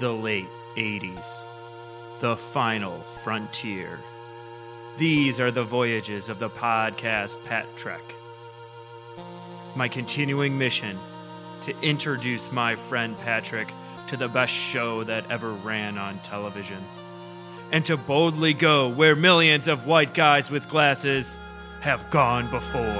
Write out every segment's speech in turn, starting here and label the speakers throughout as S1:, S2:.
S1: the late 80s, the final frontier. These are the voyages of the podcast Pat Trek. My continuing mission to introduce my friend Patrick to the best show that ever ran on television, and to boldly go where millions of white guys with glasses have gone before.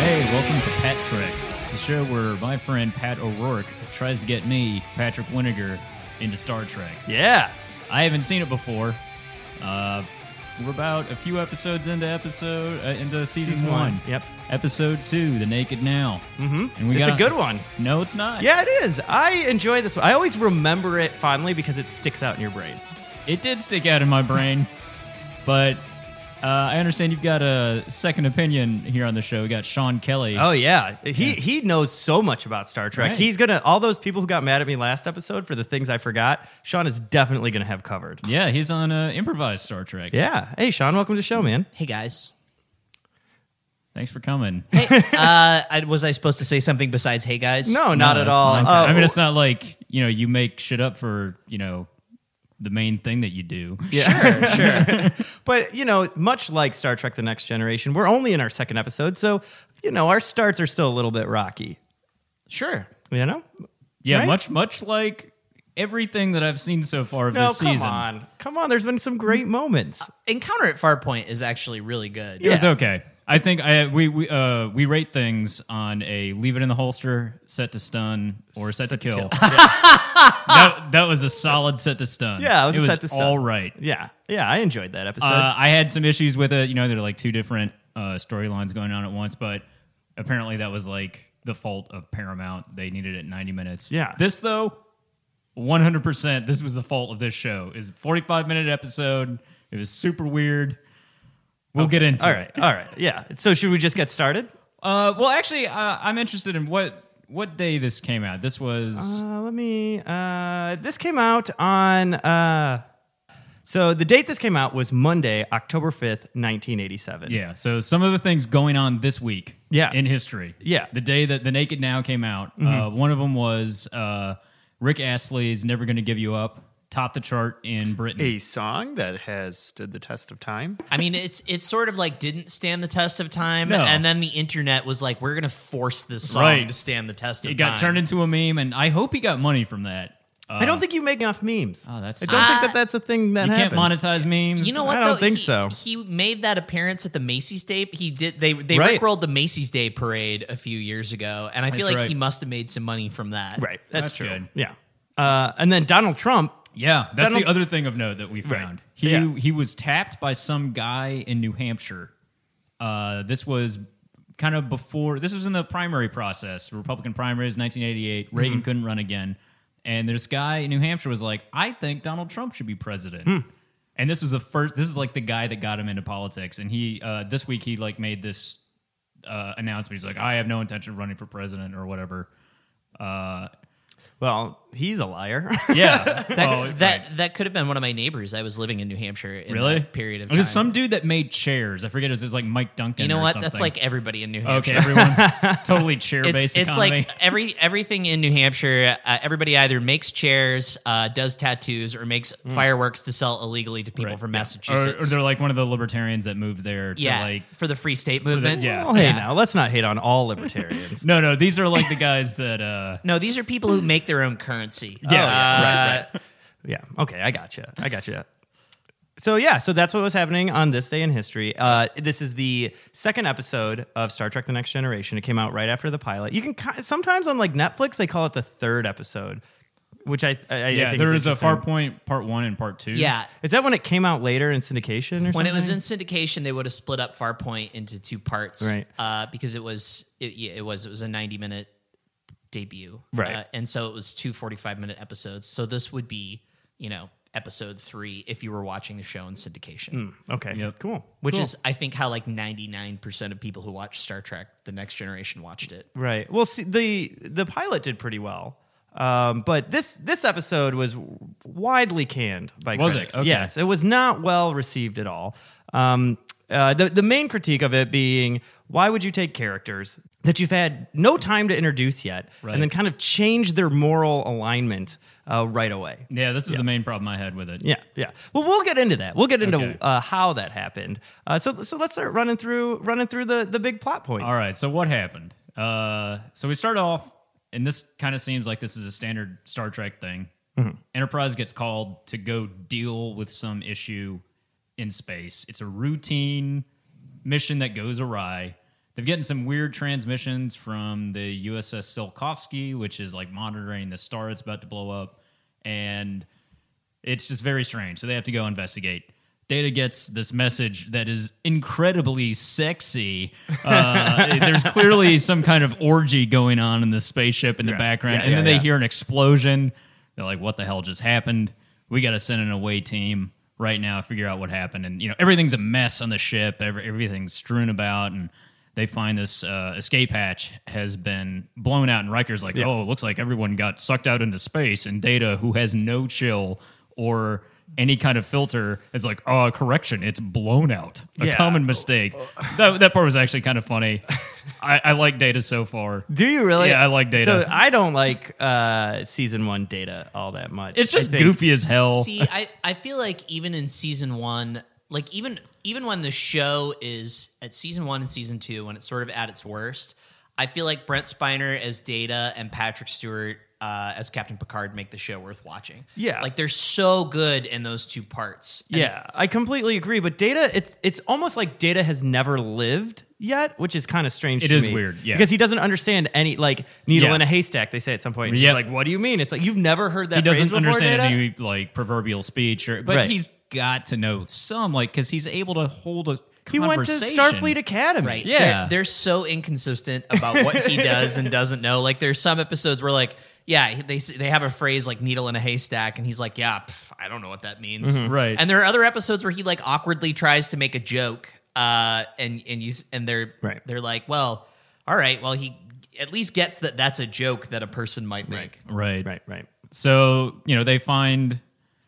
S2: Hey, welcome to Pat Trek. It's the show where my friend Pat O'Rourke tries to get me, Patrick Winnegar, into Star Trek.
S1: Yeah.
S2: I haven't seen it before. Uh, we're about a few episodes into episode uh, into season,
S1: Season one.
S2: one.
S1: Yep.
S2: Episode two, The Naked Now.
S1: Mm-hmm.
S2: And we
S1: it's
S2: got
S1: a good one.
S2: No, it's not.
S1: Yeah, it is. I enjoy this one. I always remember it fondly because it sticks out in your brain.
S2: it did stick out in my brain, but. Uh, I understand you've got a second opinion here on the show. We got Sean Kelly.
S1: Oh yeah, he he knows so much about Star Trek.
S2: Right.
S1: He's gonna all those people who got mad at me last episode for the things I forgot. Sean is definitely gonna have covered.
S2: Yeah, he's on uh, improvised Star Trek.
S1: Yeah. Hey, Sean, welcome to the show, man.
S3: Hey guys.
S2: Thanks for coming.
S3: Hey, uh, I, was I supposed to say something besides "Hey guys"?
S1: No, not
S2: No,
S1: at
S2: that's
S1: all.
S2: fine.
S1: Uh,
S2: I mean, it's not like you know you make shit up for you know the main thing that you do.
S3: Sure, sure.
S1: But you know, much like Star Trek: The Next Generation, we're only in our second episode, so you know our starts are still a little bit rocky.
S3: sure.
S1: You know?
S2: Yeah,
S1: Right?
S2: much much like everything that I've seen so far of
S1: No,
S2: this
S1: come
S2: season.
S1: on, come on. There's been some great moments.
S3: Encounter at Farpoint is actually really good.
S2: It was
S1: Yeah.
S2: okay. I think I we we uh, we rate things on a leave it in the holster, set to stun, or set, to kill. that, that was a solid set to stun.
S1: Yeah, it was a set to stun.
S2: all right.
S1: Yeah, yeah, I enjoyed that episode.
S2: Uh, I had some issues with it. You know, there are like two different uh, storylines going on at once, but apparently that was like the fault of Paramount. They needed it 90 minutes.
S1: Yeah.
S2: This, though, 100%, this was the fault of this show. Is 45 minute episode. It was super weird. We'll get into
S1: all
S2: it.
S1: right, all right, yeah. So should we just get started?
S2: Uh, well, actually, uh, I'm interested in what what day this came out. This was
S1: Uh, let me. Uh, this came out on. Uh, so the date this came out was Monday, October fifth, nineteen eighty-seven.
S2: yeah. So some of the things going on this week,
S1: Yeah.
S2: in history,
S1: Yeah. Mm-hmm.
S2: the day that the Naked Now came out, uh, one of them was uh, Rick Astley's "Never Gonna Give You Up" topped the chart in Britain.
S4: a song that has stood the test of time.
S3: I mean, it's it's sort of like didn't stand the test of time,
S2: No.
S3: and then the internet was like, "We're gonna force this song
S2: Right.
S3: to stand the test of
S2: It
S3: time."
S2: got turned into a meme, and I hope he got money from that. Uh,
S1: I don't think you make enough memes.
S2: Oh, that's-
S1: I don't think
S3: Ah.
S1: that that's a thing that
S2: you can't
S1: happens.
S2: monetize memes.
S3: You know what?
S1: I don't
S3: though?
S1: think
S3: He-
S1: so.
S3: He made that appearance at the Macy's Day. He did. They they
S1: Right.
S3: rickrolled the Macy's Day parade a few years ago, and I feel
S2: That's
S3: like
S2: right.
S3: he must have made some money from that.
S1: Right. That's,
S2: That's
S1: true.
S2: good.
S1: Yeah. Uh, and then Donald Trump.
S2: Yeah, that's
S1: That'll-
S2: the other thing of note that we found. He
S1: Yeah.
S2: he was tapped by some guy in New Hampshire. Uh, this was kind of before. This was in the primary process, Republican primaries, 1988.
S1: Mm-hmm.
S2: Reagan couldn't run again, and this guy in New Hampshire was like, "I think Donald Trump should be president."
S1: Hmm.
S2: And this was the first. This is like the guy that got him into politics. And he uh, this week he like made this uh, announcement. He's like, "I have no intention of running for president or whatever." Uh,
S1: Well, he's a liar.
S2: yeah,
S3: That,
S2: Oh,
S3: that that could have been one of my neighbors. I was living in New Hampshire. In
S2: Really?
S3: That period of
S2: It
S3: time.
S2: was some dude that made chairs. I forget. It was, it was like Mike Duncan.
S3: you know
S2: or
S3: what? That's
S2: something.
S3: like everybody in New Hampshire.
S2: okay, everyone totally chair
S3: It's,
S2: based.
S3: it's like every everything in New Hampshire. Uh, everybody either makes chairs, uh, does tattoos, or makes fireworks to sell illegally to people from
S2: Mm. or, or
S3: Massachusetts.
S2: they're like one of the libertarians that moved there. To
S3: yeah,
S2: like
S3: for the free state movement.
S2: yeah.
S1: well, hey, now let's not hate on all libertarians.
S2: no, no. These are like the guys that. uh
S3: No, these are people who make their own currency.
S2: Yeah, yeah,
S3: Uh,
S1: Yeah. Okay. I gotcha. I gotcha. So yeah, so that's what was happening on this day in history. Uh, this is the second episode of Star Trek: The Next Generation. It came out right after the pilot. You can ki- sometimes on like Netflix they call it the third episode, which I, I- I
S2: Yeah,
S1: think
S2: there
S1: is
S2: was a
S1: interesting.
S2: far point part one and part two.
S3: yeah.
S1: Is that when it came out later in syndication or something?
S3: When it was in syndication, they would have split up Farpoint into two parts,
S1: Right.
S3: Uh, because it was it, yeah, it was it was a ninety minute debut,
S1: Right.
S3: Uh, and so it was two 45 minute episodes. So this would be you know episode three if you were watching the show in syndication,
S1: Hmm.
S4: Okay.
S2: Yep.
S4: Cool.
S3: which
S4: Cool.
S3: is I think how like ninety nine percent of people who watch Star Trek: The Next Generation watched it.
S4: Right. Well, see, the the pilot did pretty well, um, but this this episode was widely canned by
S2: Was it?
S4: critics.
S2: Okay.
S4: Yes, it was not well received at all. Um, uh, the the main critique of it being, why would you take characters that you've had no time to introduce yet,
S2: Right.
S4: and then kind of change their moral alignment uh, right away?
S2: Yeah, this is the main problem I had with it.
S4: Yeah, yeah. Well, we'll get into that. We'll get into
S2: Okay.
S4: uh, how that happened. Uh, so, so let's start running through running through the the big plot points.
S2: All right. So what happened? Uh, so we start off, and this kind of seems like this is a standard Star Trek thing. Enterprise gets called to go deal with some issue in space. It's a routine mission that goes awry. They've gotten some weird transmissions from the USS Silkovsky, which is like monitoring the star that's about to blow up, and it's just very strange. So they have to go investigate. Data gets this message that is incredibly sexy. Uh, there's clearly some kind of orgy going on in the spaceship in the
S4: Yes.
S2: background.
S4: Yeah,
S2: and
S4: yeah,
S2: then they
S4: yeah.
S2: hear an explosion. They're like, what the hell just happened? We got to send an away team right now, figure out what happened. And, you know, everything's a mess on the ship, every, everything's strewn about. And they find this uh, escape hatch has been blown out. And Riker's like, oh, it looks like everyone got sucked out into space. And Data, who has no chill or any kind of filter, is like, oh, correction, it's blown out. A
S4: Yeah.
S2: common mistake. that, that part was actually kind of funny. I, I like Data so far.
S4: Do you really?
S2: Yeah, I like Data.
S4: So I don't like uh, season one data all that much.
S2: It's just
S4: I think-
S2: goofy as hell.
S3: See, I, I feel like even in season one, like even even when the show is at season one and season two, when it's sort of at its worst, I feel like Brent Spiner as Data and Patrick Stewart uh, as Captain Picard make the show worth watching.
S4: Yeah.
S3: like they're so good in those two parts. And
S4: Yeah, I completely agree. But data, it's it's almost like data has never lived yet, which is kind of strange.
S2: It
S4: to
S2: is
S4: me.
S2: weird, yeah.
S4: because he doesn't understand any like needle
S2: Yeah.
S4: in a haystack. They say at some point. He's
S2: Yep.
S4: like, "What do you mean?" It's like you've never heard that.
S2: he
S4: phrase
S2: doesn't
S4: before,
S2: understand
S4: Data?
S2: any like proverbial speech or but
S4: Right.
S2: he's got to know some like because he's able to hold a
S4: He went to
S2: conversation.
S4: Starfleet Academy.
S3: Right.
S2: Yeah.
S3: They're, they're so inconsistent about what he does and doesn't know. Like there's some episodes where like, yeah, they s- they have a phrase like needle in a haystack and he's like, yeah, pff, I don't know what that means.
S2: Mm-hmm. Right.
S3: And there are other episodes where he like awkwardly tries to make a joke uh and and you s- and they're
S4: Right.
S3: they're like, well, all right, well he at least gets that that's a joke that a person might make.
S2: right
S4: Right. Right.
S2: so you know they find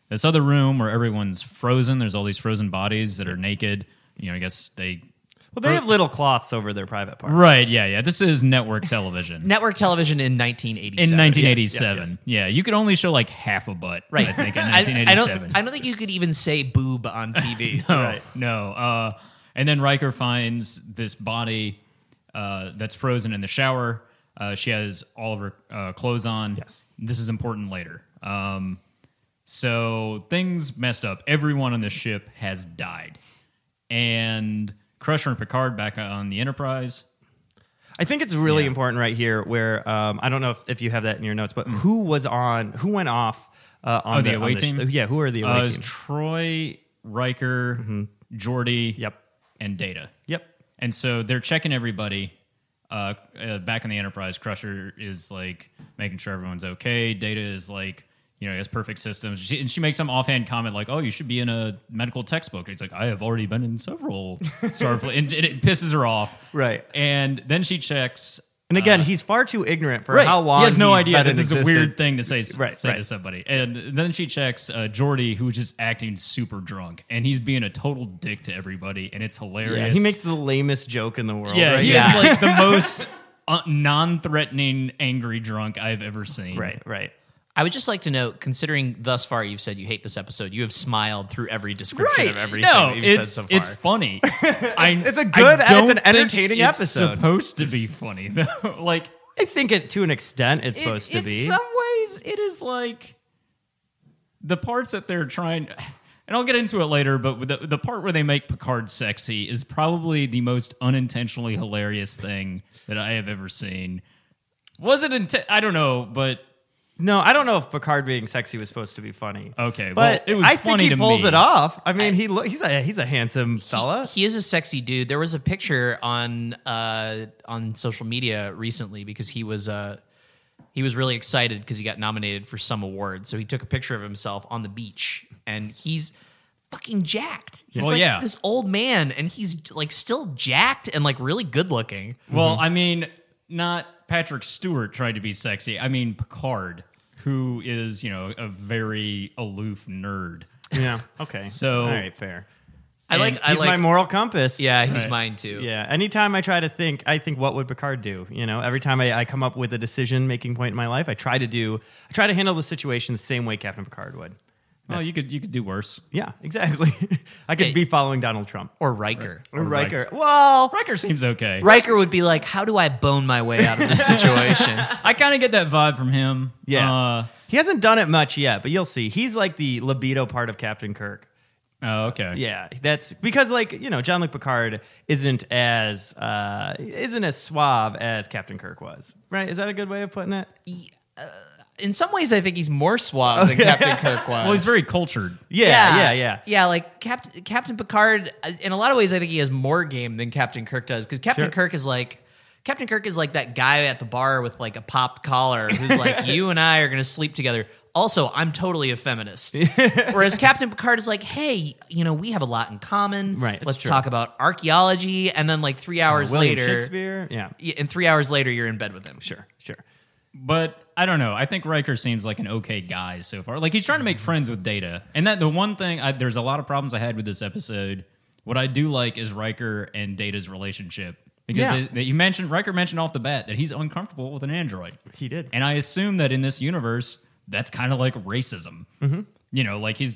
S2: this other room where everyone's frozen there's all these frozen bodies that are naked you know i guess they
S4: Well, they have little cloths over their private parts.
S2: right yeah yeah this is network television
S3: Network television in 1987.
S2: in 1987
S4: Yes, yes, yes.
S2: yeah you could only show like half a butt right i think in
S3: I, I
S2: 1987
S3: don't I don't think you could even say boob on TV.
S2: No, no. Uh, and then Riker finds this body uh, that's frozen in the shower. Uh, she has all of her uh, clothes on.
S4: Yes.
S2: This is important later. Um, so things messed up. Everyone on the ship has died. And Crusher and Picard back on the Enterprise.
S4: I think it's really important right here where um, I don't know if, if you have that in your notes, but who was on, who went off uh, on
S2: Oh, the
S4: on
S2: away
S4: sh-
S2: team?
S4: yeah, who are the away
S2: Uh, it's
S4: team?
S2: Troy, Riker, Geordi,
S4: Yep.
S2: and Data.
S4: yep.
S2: And so they're checking everybody. Uh, uh, back in the Enterprise, Crusher is like making sure everyone's okay. Data is like, you know, he has perfect systems. She, and she makes some offhand comment like, "Oh, you should be in a medical textbook." And he's like, "I have already been in several Starfleet," and, and it pisses her off.
S4: Right.
S2: And then she checks.
S4: And again, he's far too ignorant for
S2: uh, Right.
S4: how long
S2: he has no
S4: he's
S2: idea
S4: been
S2: that
S4: in
S2: this is a
S4: existence.
S2: weird thing to say,
S4: Right,
S2: say to
S4: right.
S2: somebody. And then she checks uh, Jordy, who's just acting super drunk, and he's being a total dick to everybody, and it's hilarious.
S4: Yeah, he makes the lamest joke in the world.
S2: Yeah,
S4: right?
S2: he
S3: Yeah.
S2: is like the most uh, non-threatening angry drunk I've ever seen.
S4: right, right.
S3: I would just like to note, considering thus far you've said you hate this episode, you have smiled through every description
S4: Right.
S3: of everything
S2: No,
S3: that you've said
S2: it's
S3: so far.
S2: it's funny. I,
S4: it's a
S2: I
S4: good- it's
S2: don't
S4: an
S2: think
S4: entertaining
S2: it's
S4: episode.
S2: Supposed to be funny though. like
S4: I think it to an extent it's supposed
S2: in,
S4: to be.
S2: In some ways, it is like the parts that they're trying. And I'll get into it later, but the, the part where they make Picard sexy is probably the most unintentionally hilarious thing that I have ever seen. Was it? Inten- I don't know, but
S4: no, I don't know if Picard being sexy was supposed to be funny.
S2: Okay,
S4: but
S2: well, it was
S4: I
S2: funny
S4: think he
S2: to
S4: pulls
S2: me.
S4: it off. I mean, he lo- he's a he's a handsome fella.
S3: He is a sexy dude. There was a picture on uh, on social media recently because he was uh, he he was really excited because he got nominated for some award. So he took a picture of himself on the beach, and he's fucking jacked. He's
S2: Well,
S3: like
S2: yeah.
S3: this old man, and he's like still jacked and like really good looking.
S2: Well, I mean, not Patrick Stewart tried to be sexy. I mean Picard, who is you know a very aloof nerd.
S4: Yeah. Okay.
S2: So-
S4: all right, fair.
S3: I
S2: And
S3: like. I
S4: he's
S3: like.
S4: my moral compass.
S3: yeah, he's
S2: Right.
S3: mine too.
S4: Yeah. Anytime I try to think, I think, what would Picard do? You know, every time I, I come up with a decision making point in my life, I try to do, I try to handle the situation the same way Captain Picard would.
S2: Oh, you could you could do worse.
S4: Yeah, exactly. I could
S3: Hey.
S4: be following Donald Trump
S3: Or Riker.
S4: or Riker. Well,
S2: Riker seems okay.
S3: Riker would be like, "How do I bone my way out of this situation?"
S2: I kind of get that vibe from him.
S4: Yeah.
S2: Uh,
S4: he hasn't done it much yet, but you'll see. He's like the libido part of Captain Kirk.
S2: oh, okay.
S4: Yeah, that's because like you know John Luke Picard isn't as uh, isn't as suave as Captain Kirk was, right? Is that a good way of putting it?
S3: In some ways, I think he's more
S4: Oh,
S3: suave than Captain Kirk was.
S2: Well, he's very cultured.
S4: Yeah, yeah, yeah.
S3: Yeah, like Captain Captain Picard. uh, In a lot of ways, I think he has more game than Captain Kirk does because Captain
S4: Sure.
S3: Kirk is like Captain Kirk is like that guy at the bar with like a popped collar who's like, "You and I are going to sleep together." Also, I'm totally a feminist. Whereas Captain Picard is like, "Hey, you know, we have a lot in common.
S4: Right, that's
S3: Let's
S4: true. Uh,
S3: talk about archaeology." And then, like three hours
S4: William
S3: later,
S4: Shakespeare. Yeah,
S3: y- and three hours later, you're in bed with him.
S4: sure, sure.
S2: But I don't know. I think Riker seems like an okay guy so far. Like he's trying to make friends with Data, and that the one thing I, there's a lot of problems I had with this episode. What I do like is Riker and Data's relationship because
S4: Yeah.
S2: they, they, you mentioned Riker mentioned off the bat that he's uncomfortable with an android.
S4: He did.
S2: and I assume that in this universe, that's kind of like racism. Mm-hmm. You know, like he's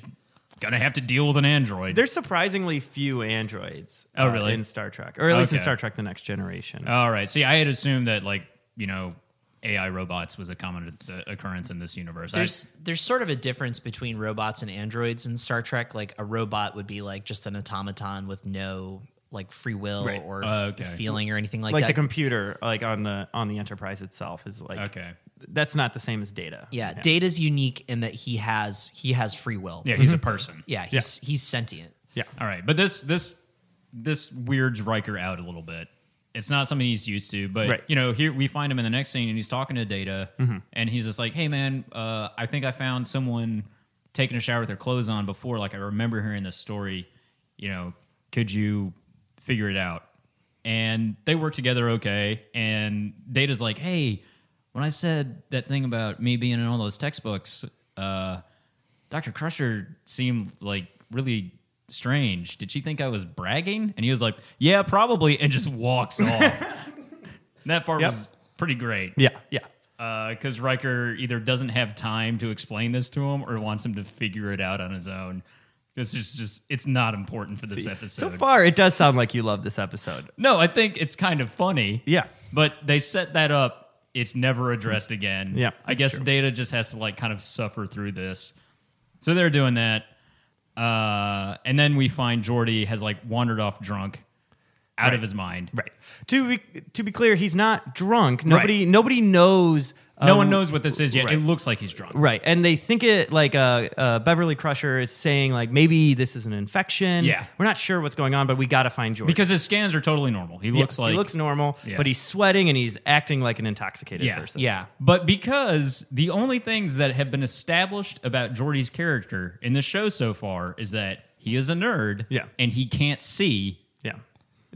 S2: gonna have to deal with an android.
S4: There's surprisingly few androids. uh,
S2: Oh, really?
S4: In Star Trek, or at least in
S2: Okay.
S4: Star Trek: The Next Generation.
S2: All right. See, I had assumed that like you know AI robots was a common uh, occurrence in this universe. I-
S3: There's there's sort of a difference between robots and androids in Star Trek. Like a robot would be like just an automaton with no like free will
S4: Right.
S3: or
S2: Oh,
S3: f-
S2: okay.
S3: feeling or anything like,
S4: like
S3: that.
S4: the computer, like on the on the Enterprise itself, is like
S2: okay.
S4: that's not the same as data.
S3: yeah, Data's unique in that he has he has free will.
S2: Yeah, he's a person.
S3: yeah, he's he's sentient.
S4: yeah.
S2: All right, but this this this weirds Riker out a little bit. It's not something he's used to, but
S4: Right.
S2: you know, here we find him in the next scene, and he's talking to Data, and he's just like, "Hey, man, uh, I think I found someone taking a shower with their clothes on before. Like, I remember hearing this story. You know, could you figure it out?" And they work together okay. And Data's like, "Hey, when I said that thing about me being in all those textbooks, uh, Dr. Crusher seemed like really strange. Did she think I was bragging? And he was like, Yeah, probably, and just walks off. that part
S4: Yep.
S2: was pretty great.
S4: Yeah, yeah.
S2: Because Riker either doesn't have time to explain this to him or wants him to figure it out on his own. This is just, it's not important for this
S4: So
S2: episode.
S4: far, it does sound like you love this episode.
S2: no, I think it's kind of funny.
S4: Yeah.
S2: But they set that up. It's never addressed again.
S4: Yeah,
S2: I
S4: that's
S2: guess
S4: true.
S2: Data just has to like kind of suffer through this. So they're doing that. Uh, and then we find Jordy has like wandered off drunk out of his mind.
S4: Right. To be, to be clear, he's not drunk. Nobody nobody knows.
S2: No
S4: um,
S2: one knows what this is yet.
S4: right.
S2: It looks like he's drunk.
S4: Right, and they think it like uh, uh, Beverly Crusher is saying like maybe this is an infection.
S2: Yeah.
S4: we're not sure what's going on, but we got to find George
S2: Because his scans are totally normal. He
S4: Yeah,
S2: looks like
S4: he looks normal,
S2: Yeah.
S4: but he's sweating and he's acting like an intoxicated
S2: Yeah.
S4: person.
S3: Yeah,
S2: But because the only things that have been established about Jordy's character in the show so far is that he is a nerd
S4: Yeah.
S2: and he can't see
S4: yeah,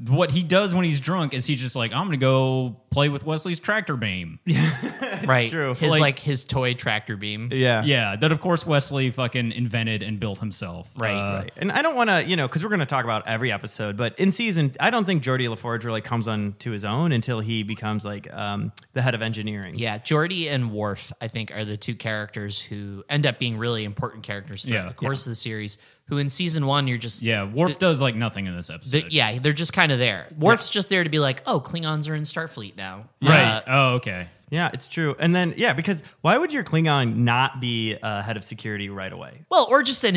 S2: what he does when he's drunk is he's just like, I'm gonna go play with Wesley's tractor beam. Yeah.
S3: right.
S4: true.
S3: His
S2: Like-
S3: like, his toy tractor beam.
S4: yeah,
S2: that of course Wesley fucking invented and built himself. Uh,
S3: Right,
S4: Right. And I don't want to, you know, because we're going to talk about every episode, but in season, I don't think Jordy LaForge really comes on to his own until he becomes like um, the head of engineering.
S3: Yeah, Geordi and Worf, I think, are the two characters who end up being really important characters throughout
S2: Yeah.
S3: the course of the series. Who in season one, you're just
S2: Yeah, Worf does like nothing in this episode.
S3: They- yeah, they're just kind of there. Worf's just there to be like, oh, Klingons are in Starfleet now.
S2: Right.
S3: Uh,
S2: oh, okay.
S4: Yeah, it's true. And then, yeah, because why would your Klingon not be uh, head of security right away?
S3: well, or just an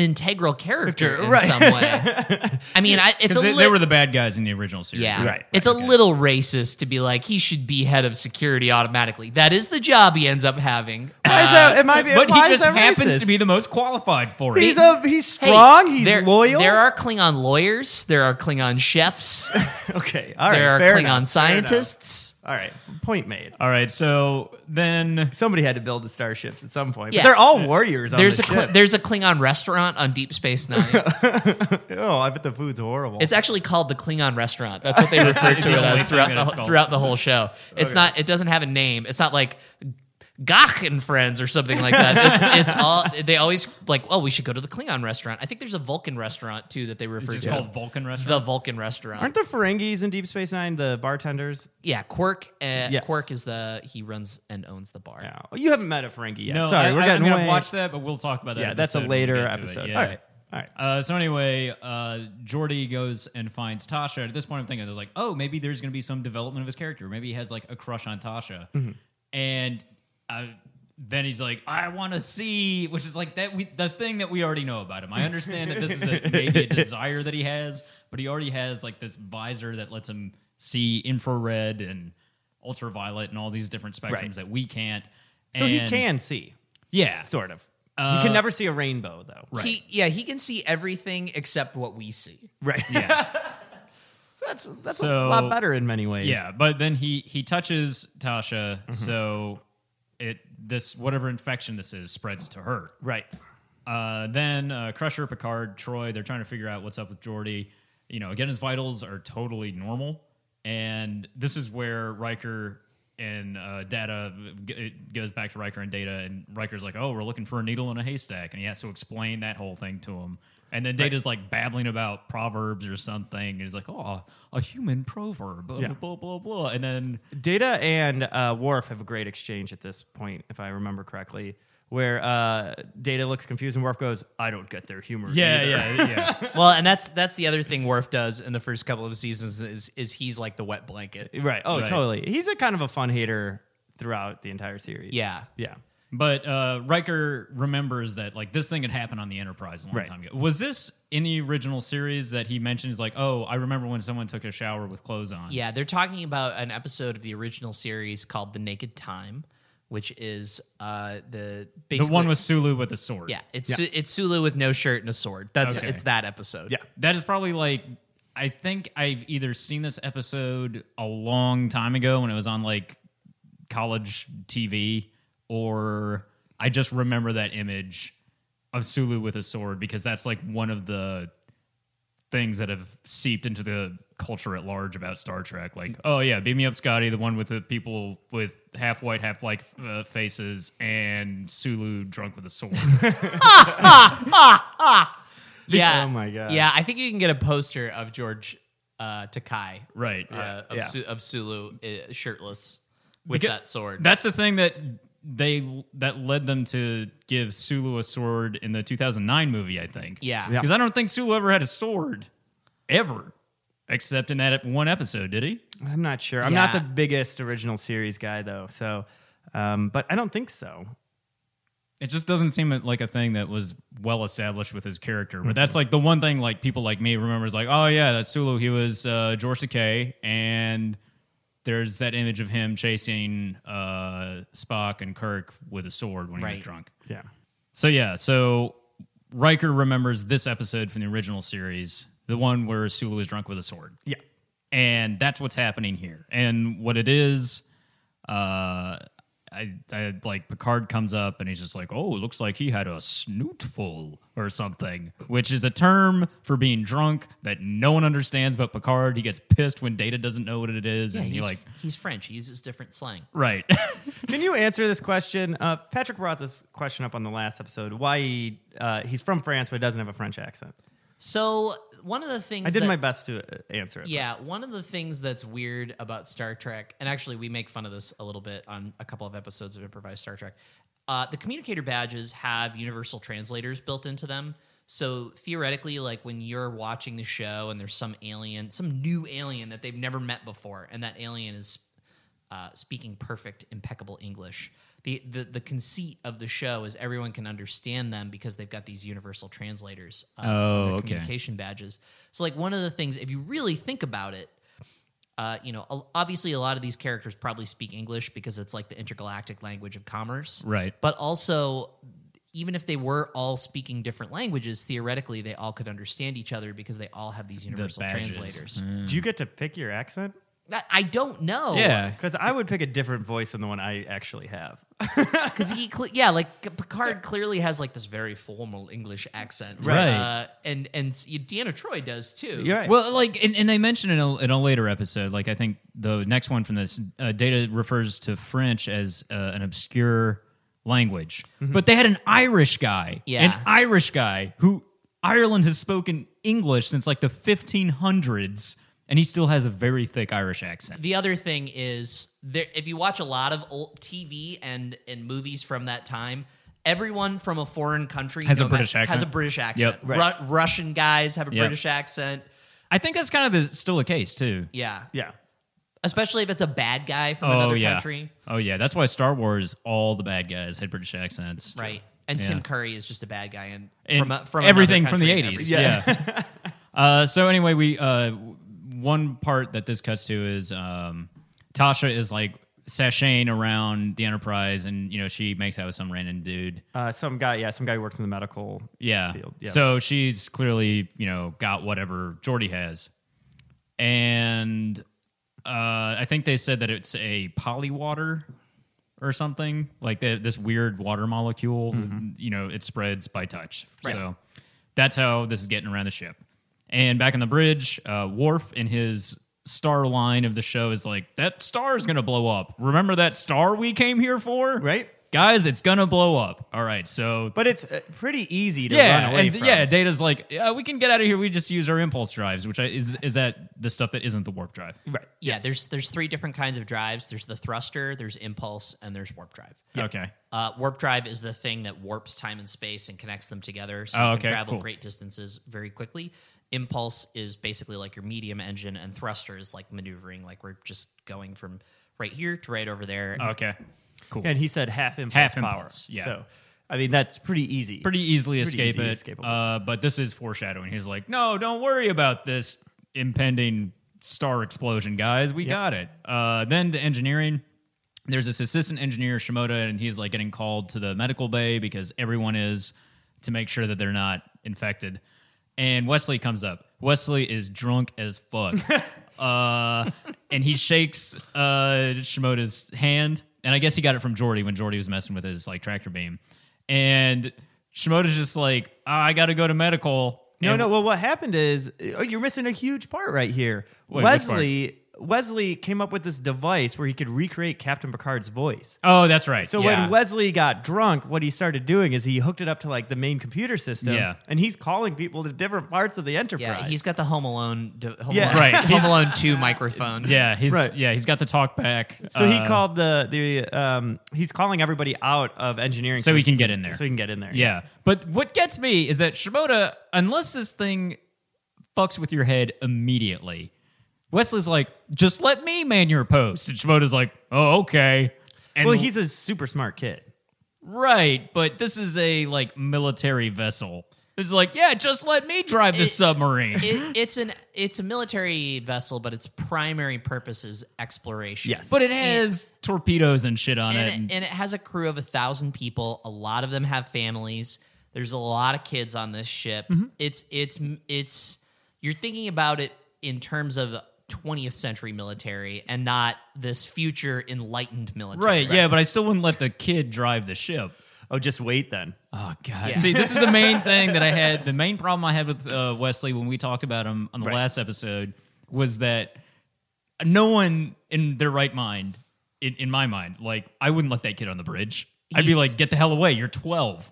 S3: integral character in
S4: Right.
S3: some way. I mean, I, it's a
S2: Because they,
S3: little.
S2: they were the bad guys in the original series.
S3: yeah,
S4: Right,
S3: it's a little racist to be like he should be head of security automatically. That is the job he ends up having. Uh,
S4: Why is that, it might be,
S2: But
S4: why
S2: he
S4: is
S2: just
S4: that
S2: happens
S4: racist?
S2: to be the most qualified for it.
S4: He's a he's
S3: Hey,
S4: strong. he's
S3: there-
S4: loyal.
S3: There are Klingon lawyers. There are Klingon chefs.
S4: okay. All right.
S3: there are
S4: fair
S3: Klingon
S4: enough, fair enough.
S3: scientists.
S4: All right. Point made.
S2: All right, so So then,
S4: Somebody had to build the starships at some point.
S3: Yeah.
S4: But they're all warriors on
S3: There's a
S4: the
S3: Kl-
S4: ship.
S3: there's a Klingon restaurant on Deep Space Nine.
S4: Oh, I bet the food's horrible.
S3: it's actually called the Klingon restaurant. That's what they refer to
S2: the
S3: it
S2: only
S3: as
S2: thing
S3: throughout
S2: that
S3: the,
S2: it's
S3: whole-
S2: called.
S3: throughout the whole show. It's not. It doesn't have a name. It's not like Gach and Friends or something like that. It's it's all. They always like. Oh, we should go to the Klingon restaurant. I think there's a Vulcan restaurant too that they refer
S2: it's
S3: to as
S2: called Vulcan
S3: the
S2: Restaurant.
S3: Vulcan restaurant.
S4: Aren't the Ferengis in Deep Space Nine the bartenders?
S3: yeah, Quark. Uh,
S4: Yes.
S3: Quark is the he runs and owns the bar.
S4: No, Oh, you haven't met a Ferengi yet.
S2: no,
S4: Sorry,
S2: I,
S4: we're
S2: I,
S4: getting
S2: I mean,
S4: way.
S2: I've watched that, but we'll talk about that.
S4: yeah, that's a
S2: episode when we
S4: later
S2: get to it.
S4: episode.
S2: Yeah.
S4: All right, all right.
S2: Uh, so anyway, uh, Jordy goes and finds Tasha. At this point, I'm thinking, I was like, oh, maybe there's going to be some development of his character. Maybe he has like a crush on Tasha.
S4: Mm-hmm.
S2: And uh, then he's like, I want to see, which is like that we, the thing that we already know about him. I understand that this is a, maybe a desire that he has, but he already has like this visor that lets him see infrared and ultraviolet and all these different spectrums
S4: Right.
S2: that we can't.
S4: So he
S2: And-
S4: can see,
S2: yeah,
S4: sort of.
S2: Uh,
S4: you can never see a rainbow though.
S2: Right.
S3: He yeah he can see everything except what we see.
S4: Right.
S2: yeah.
S4: that's that's
S2: So-
S4: a lot better in many ways.
S2: Yeah, but then he he touches Tasha, so it this whatever infection this is spreads to her.
S4: Right.
S2: Uh, then uh, Crusher, Picard, Troy, they're trying to figure out what's up with Geordi. You know, again, his vitals are totally normal, and this is where Riker and uh, Data g- it goes back to Riker and Data, and Riker's like, "Oh, we're looking for a needle in a haystack," and he has to explain that whole thing to him. And then Data's like babbling about proverbs or something, and he's like, "Oh, a human proverb," blah
S4: Yeah.
S2: blah blah blah. And then
S4: Data and uh, Worf have a great exchange at this point, if I remember correctly, where uh, Data looks confused and Worf goes, "I don't get their humor."
S2: yeah,
S4: either."
S2: yeah, yeah.
S3: Well, and that's that's the other thing Worf does in the first couple of seasons is is he's like the wet blanket.
S4: Right. Oh,
S2: Right.
S4: totally. He's a kind of a fun hater throughout the entire series.
S3: Yeah.
S4: Yeah.
S2: But uh, Riker remembers that like this thing had happened on the Enterprise a long
S4: Right.
S2: time ago. Was this in the original series that he mentions like, oh, I remember when someone took a shower with clothes on?
S3: Yeah, they're talking about an episode of the original series called The Naked Time, which is uh the
S2: the
S3: basically,
S2: one with Sulu with the sword.
S3: yeah, it's Su- it's Sulu with no shirt and a sword. That's
S2: Okay.
S3: it's that episode.
S4: Yeah.
S2: that is probably like I think I've either seen this episode a long time ago when it was on like college TV, or I just remember that image of Sulu with a sword because that's like one of the things that have seeped into the culture at large about Star Trek. Like, oh yeah, beam me up, Scotty, the one with the people with half white, half black uh, faces, and Sulu drunk with a sword.
S3: Yeah.
S4: Oh my God.
S3: Yeah, I think you can get a poster of George uh Takai
S2: right.
S3: uh, of,
S4: yeah.
S3: Su- of Sulu uh, shirtless with
S2: Because-
S3: that sword.
S2: That's the thing that they that led them to give Sulu a sword in the 2009 movie, I think.
S3: Yeah. Yeah.
S2: Because I don't think Sulu ever had a sword ever, except in that one episode, did he?
S4: I'm not sure. I'm not
S3: Yeah.
S4: the biggest original series guy though. So, um, but I don't think so.
S2: It just doesn't seem like a thing that was well established with his character. But that's like the one thing like people like me remember is like, oh yeah, that's Sulu. He was uh, George Takei, and there's that image of him chasing uh, Spock and Kirk with a sword when he
S3: Right.
S2: was drunk.
S4: Yeah.
S2: So yeah, so Riker remembers this episode from the original series, the one where Sulu is drunk with a sword.
S4: Yeah.
S2: And that's what's happening here. And what it is, uh I, I like Picard comes up and he's just like, "Oh, it looks like he had a snootful or something," which is a term for being drunk that no one understands but Picard. He gets pissed when Data doesn't know what it is,
S3: yeah,
S2: and he
S3: he's
S2: like,
S3: he's French. He uses different slang.
S2: right,
S4: Can you answer this question? Uh, Patrick brought this question up on the last episode. Why he, uh, he's from France but doesn't have a French accent?
S3: So, one of the things
S4: I did
S3: that-
S4: my best to uh, answer it.
S3: Yeah, one of the things that's weird about Star Trek, and actually we make fun of this a little bit on a couple of episodes of improvised Star Trek. Uh, the communicator badges have universal translators built into them. So theoretically, like when you're watching the show and there's some alien, some new alien that they've never met before, and that alien is uh, speaking perfect, impeccable English. The, the the conceit of the show is everyone can understand them because they've got these universal translators uh,
S2: Oh,
S3: on their
S2: okay.
S3: communication badges. So, like one of the things, if you really think about it, uh, you know, o- obviously a lot of these characters probably speak English because it's like the intergalactic language of commerce,
S2: right,
S3: but also, even if they were all speaking different languages, theoretically they all could understand each other because they all have these universal
S2: badges. Mm.
S3: translators.
S4: Do you get to pick your accent?
S3: I- I don't know.
S2: Yeah.
S4: Because I would pick a different voice than the one I actually have.
S3: because he, cle yeah, like c- Picard clearly has like this very formal English accent,
S2: Right.
S3: Uh, and and s- Deanna Troy does too.
S4: You're right.
S2: Well, like, and, and they mentioned in a, in a later episode, like, I think the next one from this, uh, Data refers to French as uh, an obscure language. But they had an Irish guy.
S3: Yeah.
S2: An Irish guy who Ireland has spoken English since like the 1500s, and he still has a very thick Irish accent.
S3: The other thing is, there, if you watch a lot of old TV and and movies from that time, everyone from a foreign country
S2: Has a
S3: no
S2: British
S3: Has a
S2: accent.
S3: British accent.
S2: Yep.
S4: Right.
S3: Ru- Russian guys have a
S2: Yep.
S3: British accent.
S2: I think that's kind of the, still the case, too.
S3: Yeah.
S4: yeah.
S3: especially if it's a bad guy from
S2: Oh,
S3: another
S2: yeah.
S3: country,
S2: Oh, yeah. That's why Star Wars, all the bad guys had British accents.
S3: right? And
S2: Yeah.
S3: Tim Curry is just a bad guy, and,
S2: and
S3: from a, from
S2: everything
S3: another
S2: from the
S3: country and
S2: eighties.
S3: everything.
S2: Yeah. uh, so anyway, we uh, w- one part that this cuts to is um, Tasha is like sashaying around the Enterprise, and you know she makes out with some random dude.
S4: Uh, some guy, yeah, some guy who works in the medical.
S2: Yeah.
S4: Field, yeah.
S2: So she's clearly you know got whatever Jordy has, and uh, I think they said that it's a poly water. Or something like that. This weird water molecule,
S4: Mm-hmm.
S2: you know, it spreads by touch.
S3: Right.
S2: So that's how this is getting around the ship. And back on the bridge, uh, Worf in his star line of the show is like, that star is going to blow up. Remember that star we came here for?
S4: Right.
S2: Guys, it's going to blow up. All right. So,
S4: But it's uh, pretty easy to
S2: yeah.
S4: run away
S2: And
S4: from.
S2: yeah, Data's like, yeah, we can get out of here. We just use our impulse drives, which I, is, is that the stuff that isn't the warp drive?
S4: Right.
S3: Yeah, there's there's three different kinds of drives. There's the thruster, there's impulse, and there's warp drive.
S2: Okay.
S3: Uh, warp drive is the thing that warps time and space and connects them together, so
S2: Oh,
S3: you
S2: okay,
S3: can travel
S2: cool.
S3: great distances very quickly. Impulse is basically like your medium engine, and thruster is like maneuvering, like we're just going from right here to right over there.
S4: Mm-hmm.
S2: Okay. Cool.
S4: And he said half impulse
S2: Half
S4: power.
S2: impulse, yeah.
S4: So, I mean, that's pretty easy.
S2: pretty easily
S4: Pretty
S2: escape
S4: easy
S2: it.
S4: escapable.
S2: Uh, but this is foreshadowing. He's like, no, don't worry about this impending star explosion, guys. We got it. Uh, then to engineering. There's this assistant engineer, Shimoda, and he's like getting called to the medical bay because everyone is to make sure that they're not infected. And Wesley comes up. Wesley is drunk as fuck. uh, and he shakes uh, Shimoda's hand, and I guess he got it from Jordy when Jordy was messing with his like tractor beam, and Shimoda's just like, "Ah, I got to go to medical.
S4: No,
S2: And-
S4: no. Well, what happened is oh, you're missing a huge part right here.
S2: Wait, which
S4: Wesley Wesley came up with this device where he could recreate Captain Picard's voice.
S2: Oh, that's right.
S4: So
S2: yeah.
S4: when Wesley got drunk, what he started doing is he hooked it up to like the main computer system,
S2: Yeah.
S4: and he's calling people to different parts of the enterprise.
S3: Yeah, he's got the Home Alone, d- Home
S4: Yeah.
S3: Alone,
S2: Right.
S3: Home Alone Two microphone.
S2: yeah, he's
S4: Right.
S2: yeah, he's got the talk back.
S4: so
S2: Uh,
S4: he called the the um he's calling everybody out of engineering
S2: so he can get in there.
S4: so he can get in there.
S2: yeah, but what gets me is that Shimoda, unless this thing fucks with your head immediately, Wesley's like, "Just let me man your post," and Shimoda's like, "Oh, okay." And
S4: Well, he's a super smart kid.
S2: Right, but this is a like military vessel. This is like, yeah, just let me drive the
S3: It-
S2: submarine.
S3: it, it's an it's a military vessel, but its primary purpose is exploration.
S4: Yes.
S2: but it has torpedoes and shit on
S3: and
S2: it.
S3: it, and it has a crew of a thousand people. A lot of them have families. There's a lot of kids on this ship.
S2: Mm-hmm.
S3: It's it's it's you're thinking about it in terms of 20th century military and not this future enlightened military.
S2: right, yeah, but I still wouldn't let the kid drive the ship.
S4: Oh, just wait then.
S2: Oh god.
S3: Yeah.
S2: See, this is the main thing that I had. The main problem I had with uh, Wesley when we talked about him on the
S4: Right.
S2: last episode was that no one in their right mind, in, in my mind, like I wouldn't let that kid on the bridge. I'd be
S3: He's-
S2: like, get the hell away. You're 12.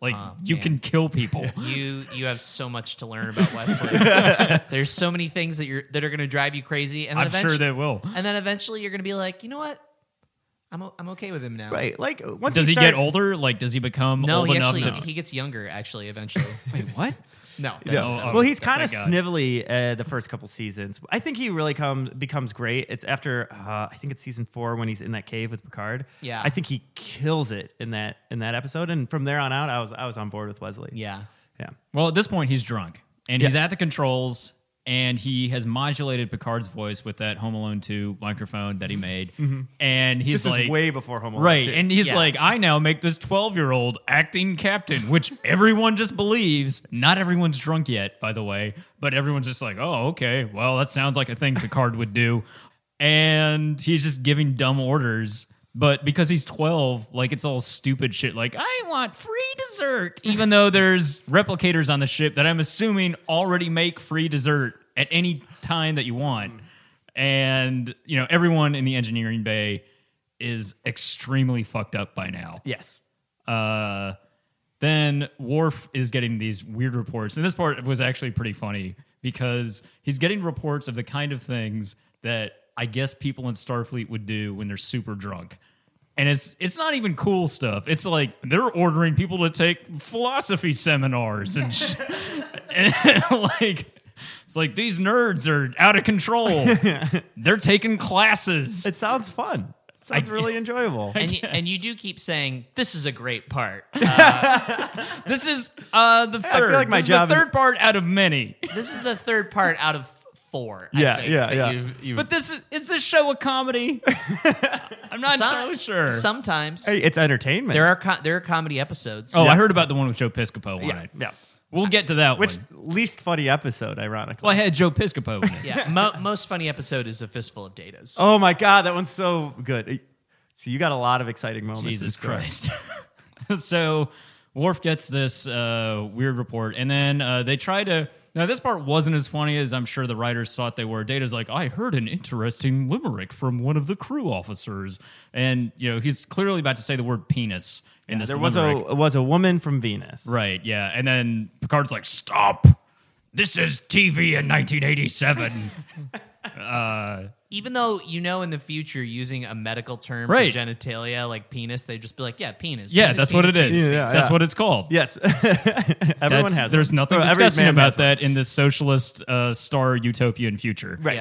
S2: Like you
S3: man.
S2: can kill people.
S3: You you have so much to learn about Wesley. There's so many things that you're that are going to drive you crazy, and then
S2: I'm sure
S3: eventually-
S2: they will.
S3: and then eventually you're going to be like, you know what? I'm o- I'm okay with him now.
S4: Right. Like uh, once
S2: Does he,
S4: starts,
S2: get older? Like, does he become
S3: No,
S2: old
S3: he
S2: enough
S3: actually
S2: to?
S3: he gets younger actually eventually.
S2: Wait, what?
S3: no,
S4: Yeah.
S3: that's,
S2: Oh,
S3: that's-
S4: well, he's kind of
S2: thank God.
S4: snivelly uh, the first couple seasons. I think he really comes becomes great. It's after uh, I think it's season four when he's in that cave with Picard.
S3: Yeah.
S4: I think he kills it in that in that episode. And from there on out, I was I was on board with Wesley.
S3: yeah.
S4: yeah.
S2: Well, at this point, he's drunk and he's
S4: Yeah.
S2: at the controls and he has modulated Picard's voice with that Home Alone 2 microphone that he made.
S3: Mm-hmm.
S2: And he's
S4: This
S2: like,
S4: is way before Home Alone.
S2: right.
S4: too.
S2: And he's
S3: Yeah.
S2: like, I now make this 12 year old acting captain, which everyone just believes. Not everyone's drunk yet, by the way, but everyone's just like, oh, okay. Well, that sounds like a thing Picard would do. and he's just giving dumb orders. But because he's 12, like it's all stupid shit like, I want free dessert, even though there's replicators on the ship that I'm assuming already make free dessert at any time that you want. And, you know, everyone in the engineering bay is extremely fucked up by now.
S4: Yes.
S2: Uh, then Worf is getting these weird reports. And this part was actually pretty funny because he's getting reports of the kind of things that I guess people in Starfleet would do when they're super drunk. And it's it's not even cool stuff. It's like they're ordering people to take philosophy seminars and, sh- and like it's like these nerds are out of control. they're taking classes.
S4: It sounds fun. It sounds really enjoyable.
S3: And, y- and you do keep saying this is a great part.
S2: This is uh the third.
S4: feel like my
S2: this is
S4: job
S2: the
S4: is-
S2: third part out of many.
S3: this is the third part out of four. I
S4: Yeah,
S3: think,
S4: yeah,
S3: that
S4: yeah.
S3: You've, you've
S2: But this is, is this show a comedy? I'm not
S3: Some-
S2: entirely sure.
S3: Sometimes
S4: hey, it's entertainment.
S3: there are co- there are comedy episodes.
S2: oh, I heard about the one with Joe Piscopo on
S4: yeah,
S2: it.
S4: yeah.
S2: We'll get to that
S4: Which
S2: one.
S4: least funny episode, ironically.
S2: Well, I had Joe Piscopo in it.
S3: yeah. Mo- most funny episode is a fistful of datas.
S4: Oh my god, that one's so good. So you got a lot of exciting moments.
S2: Jesus
S4: in store.
S2: Christ. so Worf gets this uh, weird report, and then uh, they try to. Now, this part wasn't as funny as I'm sure the writers thought they were. Data's like, I heard an interesting limerick from one of the crew officers. And, you know, he's clearly about to say the word penis in this
S4: There was
S2: limerick.
S4: a was a woman from Venus.
S2: Right, yeah. And then Picard's like, stop. This is TV in 1987.
S3: Even though you know in the future using a medical term
S2: Right.
S3: for genitalia like penis, they just be like, yeah, penis.
S2: yeah,
S3: penis,
S2: that's
S3: penis,
S2: what it is.
S3: penis.
S4: Yeah,
S2: that's
S4: yeah.
S2: what it's called.
S4: Yes. Everyone
S2: That's-
S4: has.
S2: there's
S4: one.
S2: nothing
S4: Or every
S2: disgusting
S4: man
S2: about
S4: has one.
S2: that in this socialist uh, star utopian future.
S4: Right.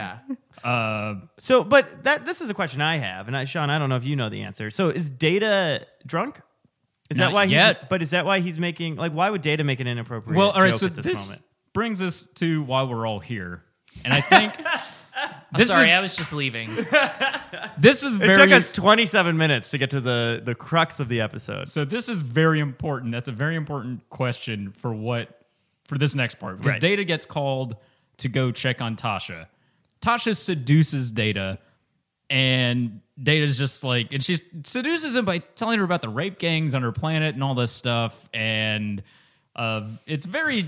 S3: Yeah.
S4: So, but that this is a question I have, and I, Sean, I don't know if you know the answer. So, is Data drunk? Is
S2: Not
S4: that why? He's,
S2: yet.
S4: but is that why he's making like? Why would Data make an inappropriate?
S2: Well, all right,
S4: joke
S2: so
S4: at this,
S2: this,
S4: moment.
S2: brings us to why we're all here. And I think
S3: I'm
S2: this
S3: sorry,
S2: is
S3: I was just leaving.
S2: this is
S4: It
S2: very
S4: took us 27 minutes to get to the the crux of the episode.
S2: So this is very important. That's a very important question for what for this next part because
S4: Right.
S2: Data gets called to go check on Tasha. Tasha seduces Data, and Data's just like, and she seduces him by telling her about the rape gangs on her planet and all this stuff, and uh, it's very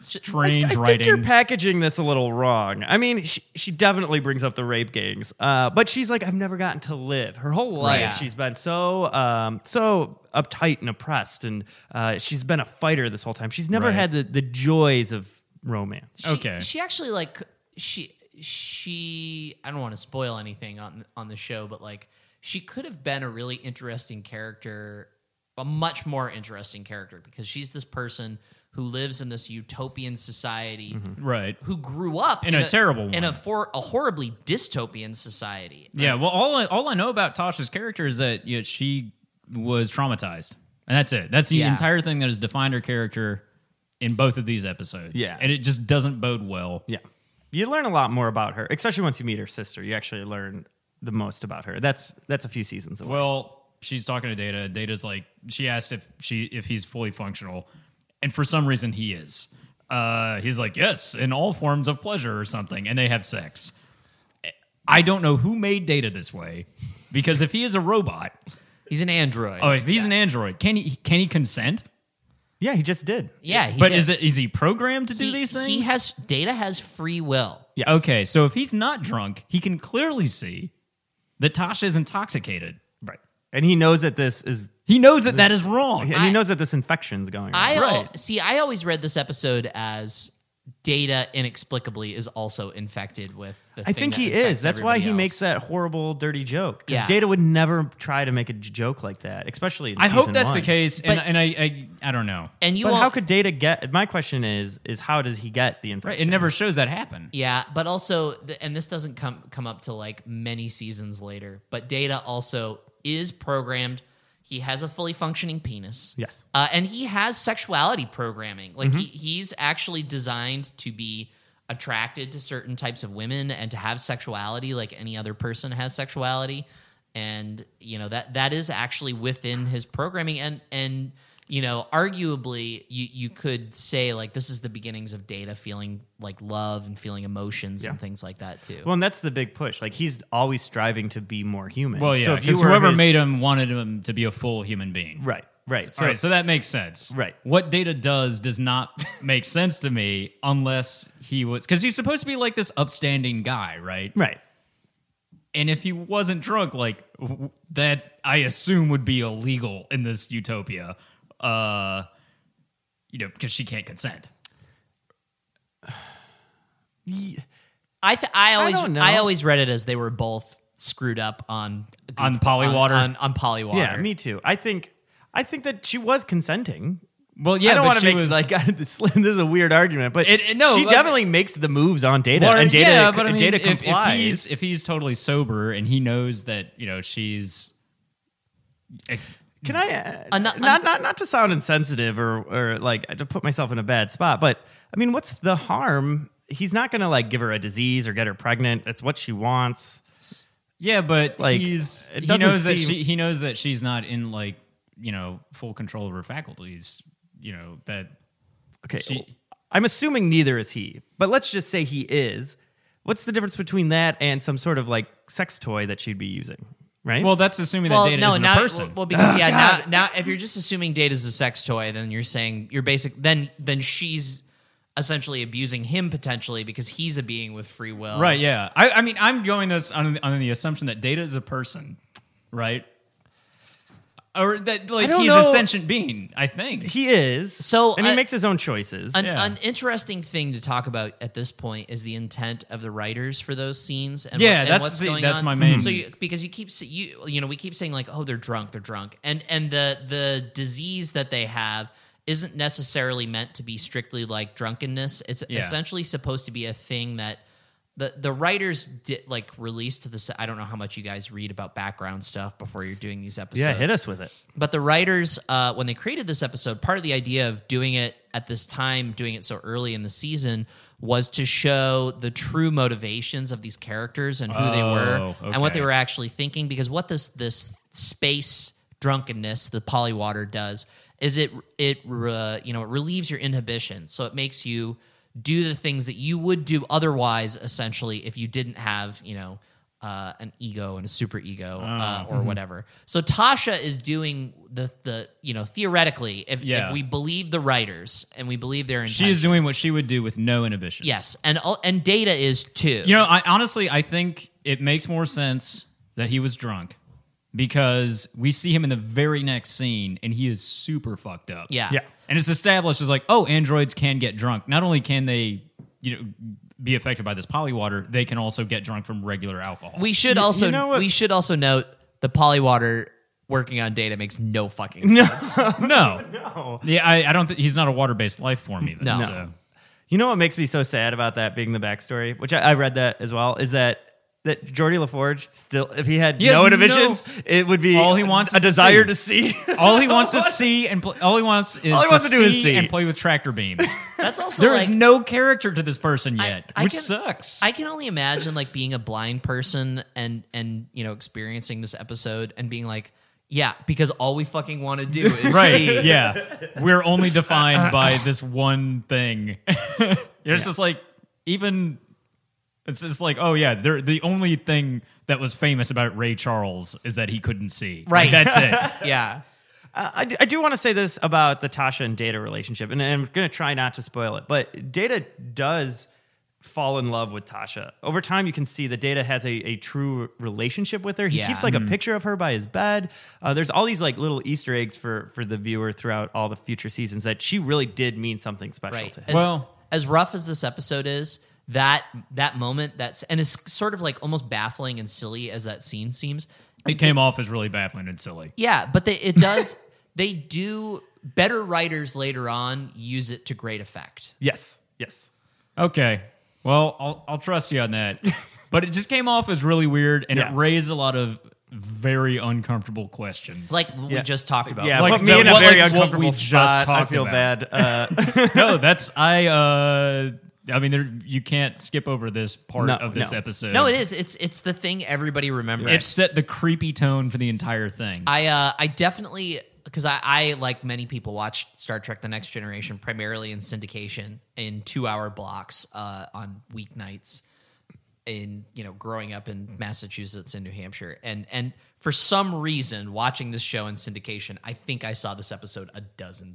S2: strange
S4: I think
S2: writing.
S4: you're packaging this a little wrong. I mean, she, she definitely brings up the rape gangs, uh, but she's like, I've never gotten to live. Her whole life,
S3: Yeah.
S4: she's been so um, so uptight and oppressed, and uh, she's been a fighter this whole time. She's never
S2: Right.
S4: had the, the joys of romance.
S3: She,
S2: Okay.
S3: She actually like she she I don't want to spoil anything on on the show, but like she could have been a really interesting character, a much more interesting character because she's this person who lives in this utopian society
S2: right.
S3: who grew up
S2: Mm-hmm. In a terrible
S3: in
S2: one.
S3: a for a horribly dystopian society.
S2: Yeah, well, all I, all I know about Tasha's character is that you know, she was traumatized, and that's it. That's the
S3: Yeah.
S2: entire thing that has defined her character in both of these episodes.
S4: Yeah.
S2: and it just doesn't bode well.
S4: Yeah. You learn a lot more about her, especially once you meet her sister. You actually learn the most about her. That's that's a few seasons away.
S2: Well, she's talking to Data. Data's like, she asked if she if he's fully functional, and for some reason he is. Uh, he's like, yes, in all forms of pleasure or something, and they have sex. I don't know who made Data this way, because if he is a robot,
S3: He's an android.
S2: oh, if he's an android, can he can he consent?
S4: yeah, he just did.
S3: yeah, he
S2: but
S3: did.
S2: is it is he programmed to do
S3: He-
S2: these things?
S3: He has data has free will.
S4: Yes.
S2: Okay, so if he's not drunk, he can clearly see that Tasha is intoxicated.
S4: Right. And he knows that this is
S2: He knows that that is wrong.
S4: and
S3: I-
S4: he knows that this infection's going on.
S3: I al-
S2: Right.
S3: see. I always read this episode as data inexplicably is also infected with. The
S4: I
S3: thing
S4: think
S3: that
S4: he
S3: infects
S4: is. That's why he
S3: everybody
S4: makes
S3: else.
S4: that horrible, dirty joke. Because
S3: Yeah.
S4: Data would never try to make a j- joke like that, especially. In
S2: I hope
S4: season
S2: that's
S4: one.
S2: the case, and,
S3: But-
S2: and I, I I don't know.
S3: And you
S4: But
S3: all,
S4: how could Data get? My question is: is how does he get the
S2: Right,
S4: infection?
S2: it never shows that happen.
S3: Yeah, but also, the, and this doesn't come come up to like many seasons later. But Data also is programmed. He has a fully functioning penis.
S4: Yes.
S3: uh, and he has sexuality programming. Like
S4: Mm-hmm.
S3: he, he's actually designed to be attracted to certain types of women and to have sexuality, like any other person has sexuality. And you know that that is actually within his programming. And and you know, arguably you, you could say like this is the beginnings of data feeling like love and feeling emotions and things like that too.
S4: Well, and that's the big push. Like he's always striving to be more human.
S2: Well, yeah,
S4: So if you
S2: because
S4: were
S2: whoever
S4: his-
S2: made him wanted him to be a full human being.
S4: right, right.
S2: So,
S4: So,
S2: All right, so that makes sense.
S4: Right.
S2: What Data does does not make sense to me unless he was because he's supposed to be like this upstanding guy, right?
S4: right.
S2: And if he wasn't drunk, like w- that, I assume would be illegal in this utopia. Uh, you know, because she can't consent.
S3: I th- I always
S4: don't know.
S3: I, always read it as they were both screwed up on
S2: On Polywater?
S3: on, on, on polywater.
S4: Yeah, me too. I think I think that she was consenting.
S2: Well, yeah,
S4: I don't
S2: but
S4: want to
S2: she
S4: make
S2: was
S4: like this is a weird argument, but
S2: It- it- no,
S4: she
S2: like-
S4: definitely makes the moves on data,
S2: Well,
S4: and data
S2: yeah, but I mean,
S4: data
S2: if- if,
S4: complies.
S2: he's if he's totally sober and he knows that you know she's. ex-
S4: Can I uh,
S3: Ano-
S4: not not not to sound insensitive or or like to put myself in a bad spot, but I mean, what's the harm? He's not going to like give her a disease or get her pregnant. It's what she wants.
S2: Yeah, but
S4: Like,
S2: he's
S4: it
S2: he
S4: doesn't
S2: knows that
S4: seem-
S2: she he knows that she's not in like you know full control of her faculties. You know that
S4: Okay,
S2: She-
S4: I'm assuming neither is he, but let's just say he is. What's the difference between that and some sort of like sex toy that she'd be using? Right.
S2: well, that's assuming that
S3: Well,
S2: data
S3: no,
S2: isn't
S3: now,
S2: a person.
S3: well, because yeah, now, now if you're just assuming data's a sex toy, then you're saying you're basic. Then then she's essentially abusing him potentially because he's a being with free
S4: Uh,
S3: will.
S2: right? Yeah, I, I mean, I'm going this on on the assumption that data is a person, right? Or that like
S4: don't
S2: he's
S4: know.
S2: a sentient being. I think
S4: he is.
S3: So,
S4: and he
S3: uh,
S4: makes his own choices.
S3: An,
S2: Yeah.
S3: an interesting thing to talk about at this point is the intent of the writers for those scenes. And
S2: Yeah,
S3: what, and
S2: that's-
S3: what's
S2: see,
S3: going
S2: that's
S3: on.
S2: my main-
S3: So you, because you keep s- you you know we keep saying like oh they're drunk they're drunk and and the the disease that they have isn't necessarily meant to be strictly like drunkenness. It's
S2: Yeah.
S3: essentially supposed to be a thing that. The, the writers did like released to the s- I don't know how much you guys read about background stuff before you're doing these episodes
S4: yeah, hit us with it.
S3: but the writers uh, when they created this episode part of the idea of doing it at this time doing it so early in the season was to show the true motivations of these characters and who they were
S2: Oh,
S3: and what they
S2: okay.
S3: were actually thinking because what this this space drunkenness the polywater does is it it uh, you know it relieves your inhibitions so it makes you do the things that you would do otherwise essentially if you didn't have you know uh, an ego and a super ego
S2: Ah,
S3: uh,
S2: mm-hmm.
S3: or whatever. So Tasha is doing the the you know theoretically if
S2: Yeah.
S3: if we believe the writers and we believe their
S2: she
S3: intention.
S2: is doing what she would do with no inhibitions.
S3: yes, and all- and Data is too.
S2: You know, I honestly I think it makes more sense that he was drunk because we see him in the very next scene and he is super fucked up.
S3: yeah.
S4: Yeah.
S2: And it's established as like, oh, androids can get drunk. Not only can they, you know, be affected by this polywater, they can also get drunk from regular alcohol.
S3: We should also
S4: you know what-
S3: we should also note the polywater working on Data makes no fucking sense.
S2: no. no. Yeah, I, I don't think he's not a water based life form even.
S3: No.
S2: So.
S4: You know what makes me so sad about that being the backstory, which I, I read that as well, is that that Jordy LaForge still, if he had
S2: He has
S4: no
S2: no-
S4: inhibitions, it would be
S2: All he wants
S4: a
S2: is to
S4: desire
S2: see.
S4: to see.
S2: All he wants to see and pl- all he wants is
S4: All he wants
S2: to,
S4: to do
S2: see
S4: is see.
S2: and play with tractor beams.
S3: That's also
S2: There is
S3: like,
S2: no character to this person yet,
S3: I
S2: which
S3: can-
S2: sucks.
S3: I can only imagine like being a blind person and and you know experiencing this episode and being like, yeah, because all we fucking want to do is
S2: right?
S3: see
S2: Yeah, we're only defined by this one thing. it's just like even it's just like oh yeah, they're, the only thing that was famous about Ray Charles is that he couldn't see. Like,
S3: Right.
S2: that's it.
S3: Yeah.
S4: Uh, I, d- I do want to say this about the Tasha and Data relationship, and I'm going to try not to spoil it, but Data does fall in love with Tasha. Over time, you can see that Data has a, a true relationship with her. He
S3: Yeah.
S4: keeps like
S2: Hmm.
S4: a picture of her by his bed. Uh, there's all these like little Easter eggs for, for the viewer throughout all the future seasons that she really did mean something special
S3: Right.
S4: to him.
S3: As,
S2: Well-
S3: as rough as this episode is, that that moment that's and it's sort of like almost baffling and silly as that scene seems.
S2: It came off as really baffling and silly.
S3: Yeah, but they, it does. they do better writers later on use it to great effect.
S4: Yes. Yes.
S2: Okay. Well, I'll, I'll trust you on that. But it just came off as really weird and
S4: Yeah.
S2: it raised a lot of very uncomfortable questions.
S3: Like we
S4: Yeah.
S3: just talked about.
S4: Yeah,
S2: Like
S4: put me
S2: the-
S4: in a
S2: what-
S4: very
S2: like what
S4: uncomfortable
S2: we
S4: spot.
S2: just
S4: I
S2: talked
S4: feel
S2: about.
S4: bad. Uh,
S2: no, that's I uh I mean there you can't skip over this part
S4: No,
S2: of this
S4: no.
S2: episode.
S3: No, it is. It's it's the thing everybody remembers.
S2: It set the creepy tone for the entire thing.
S3: I uh, I definitely because I, I like many people watched Star Trek: The Next Generation primarily in syndication in two-hour blocks uh, on weeknights. In you know, growing up in Massachusetts and New Hampshire, and and for some reason, watching this show in syndication, I think I saw this episode a dozen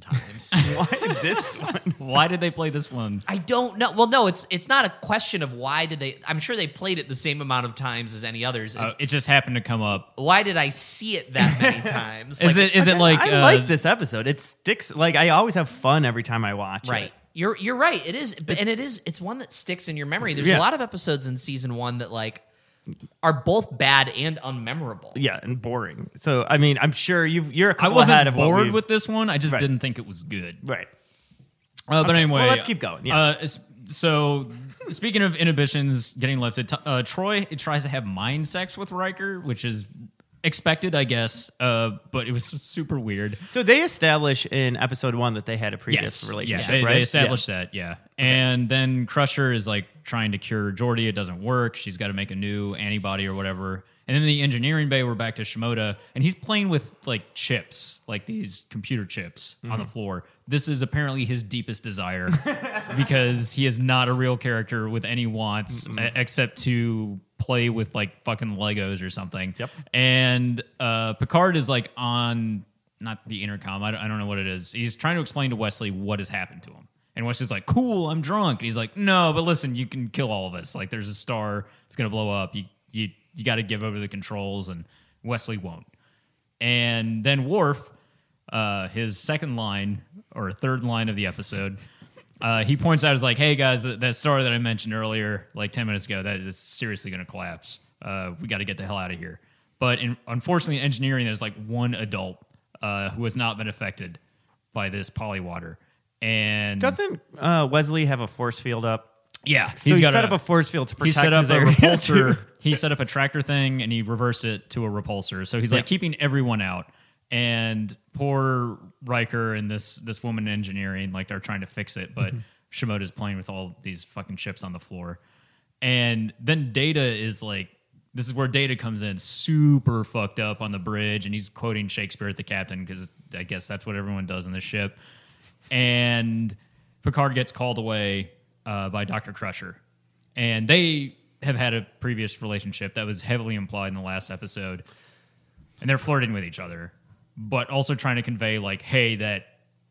S3: times.
S4: Why this one?
S2: Why did they play this one?
S3: I don't know. Well, no, it's it's not a question of why did they. I'm sure they played it the same amount of times as any others.
S2: Uh,
S3: It's
S2: it just happened to come up.
S3: why did I see it that many times?
S2: Is it is it like
S4: I
S2: uh,
S4: like this episode. It sticks. Like I always have fun every time I watch. it.
S3: Right. You're you're right. It is, but and it is. It's one that sticks in your memory. There's
S4: Yeah.
S3: a lot of episodes in season one that like are both bad and unmemorable.
S4: Yeah, and boring. So I mean, I'm sure you you're a
S2: I
S4: couple ahead
S2: wasn't
S4: of what
S2: bored
S4: we've-
S2: with this one. I just
S4: Right.
S2: didn't think it was good.
S4: Right.
S2: Uh, but anyway,
S4: well, let's keep going, yeah.
S2: Uh, s- so, speaking of inhibitions getting lifted, t- uh, Troy tries to have mind sex with Riker, which is expected, I guess. Uh, but it was super weird.
S4: So they establish in episode one that they had a previous relationship,
S2: yeah, they,
S4: right?
S2: they established that, yeah. And then Crusher is like trying to cure Geordi. It doesn't work. She's got to make a new antibody or whatever. And then in the engineering bay, we're back to Shimoda, and he's playing with like chips, like these computer chips on
S4: Mm-hmm.
S2: the floor. This is apparently his deepest desire because he is not a real character with any wants e- except to play with like fucking Legos or something.
S4: Yep.
S2: And uh, Picard is like on not the intercom. I don't, I don't know what it is. He's trying to explain to Wesley what has happened to him. And Wesley's like, "Cool, I'm drunk." And he's like, "No, but listen, you can kill all of us. Like, there's a star. It's gonna blow up. You you you got to give over the controls." And Wesley won't. And then Worf, uh, his second line or third line of the episode, uh, he points out is like, "Hey guys, that, that star that I mentioned earlier, like ten minutes ago, that is seriously going to collapse. Uh, we got to get the hell out of here." But in, unfortunately, in engineering, there's like one adult uh, who has not been affected by this polywater, and
S4: Doesn't uh, Wesley have a force field up?
S2: yeah,
S4: So he
S2: got
S4: set
S2: a-
S4: up a force field to protect.
S2: he set up
S4: his
S2: a
S4: area,
S2: repulsor.
S4: too.
S2: he set up a tractor thing and he reversed it to a repulsor. So he's like
S4: Yeah.
S2: keeping everyone out. And poor Riker and this this woman in engineering like are trying to fix it, but Shimoda's playing with all these fucking chips on the floor. And then Data is like, this is where Data comes in, super fucked up on the bridge, and he's quoting Shakespeare at the captain because I guess that's what everyone does on the ship and Picard gets called away uh, by Doctor Crusher, and they have had a previous relationship that was heavily implied in the last episode, and they're flirting with each other, but also trying to convey like, "Hey, that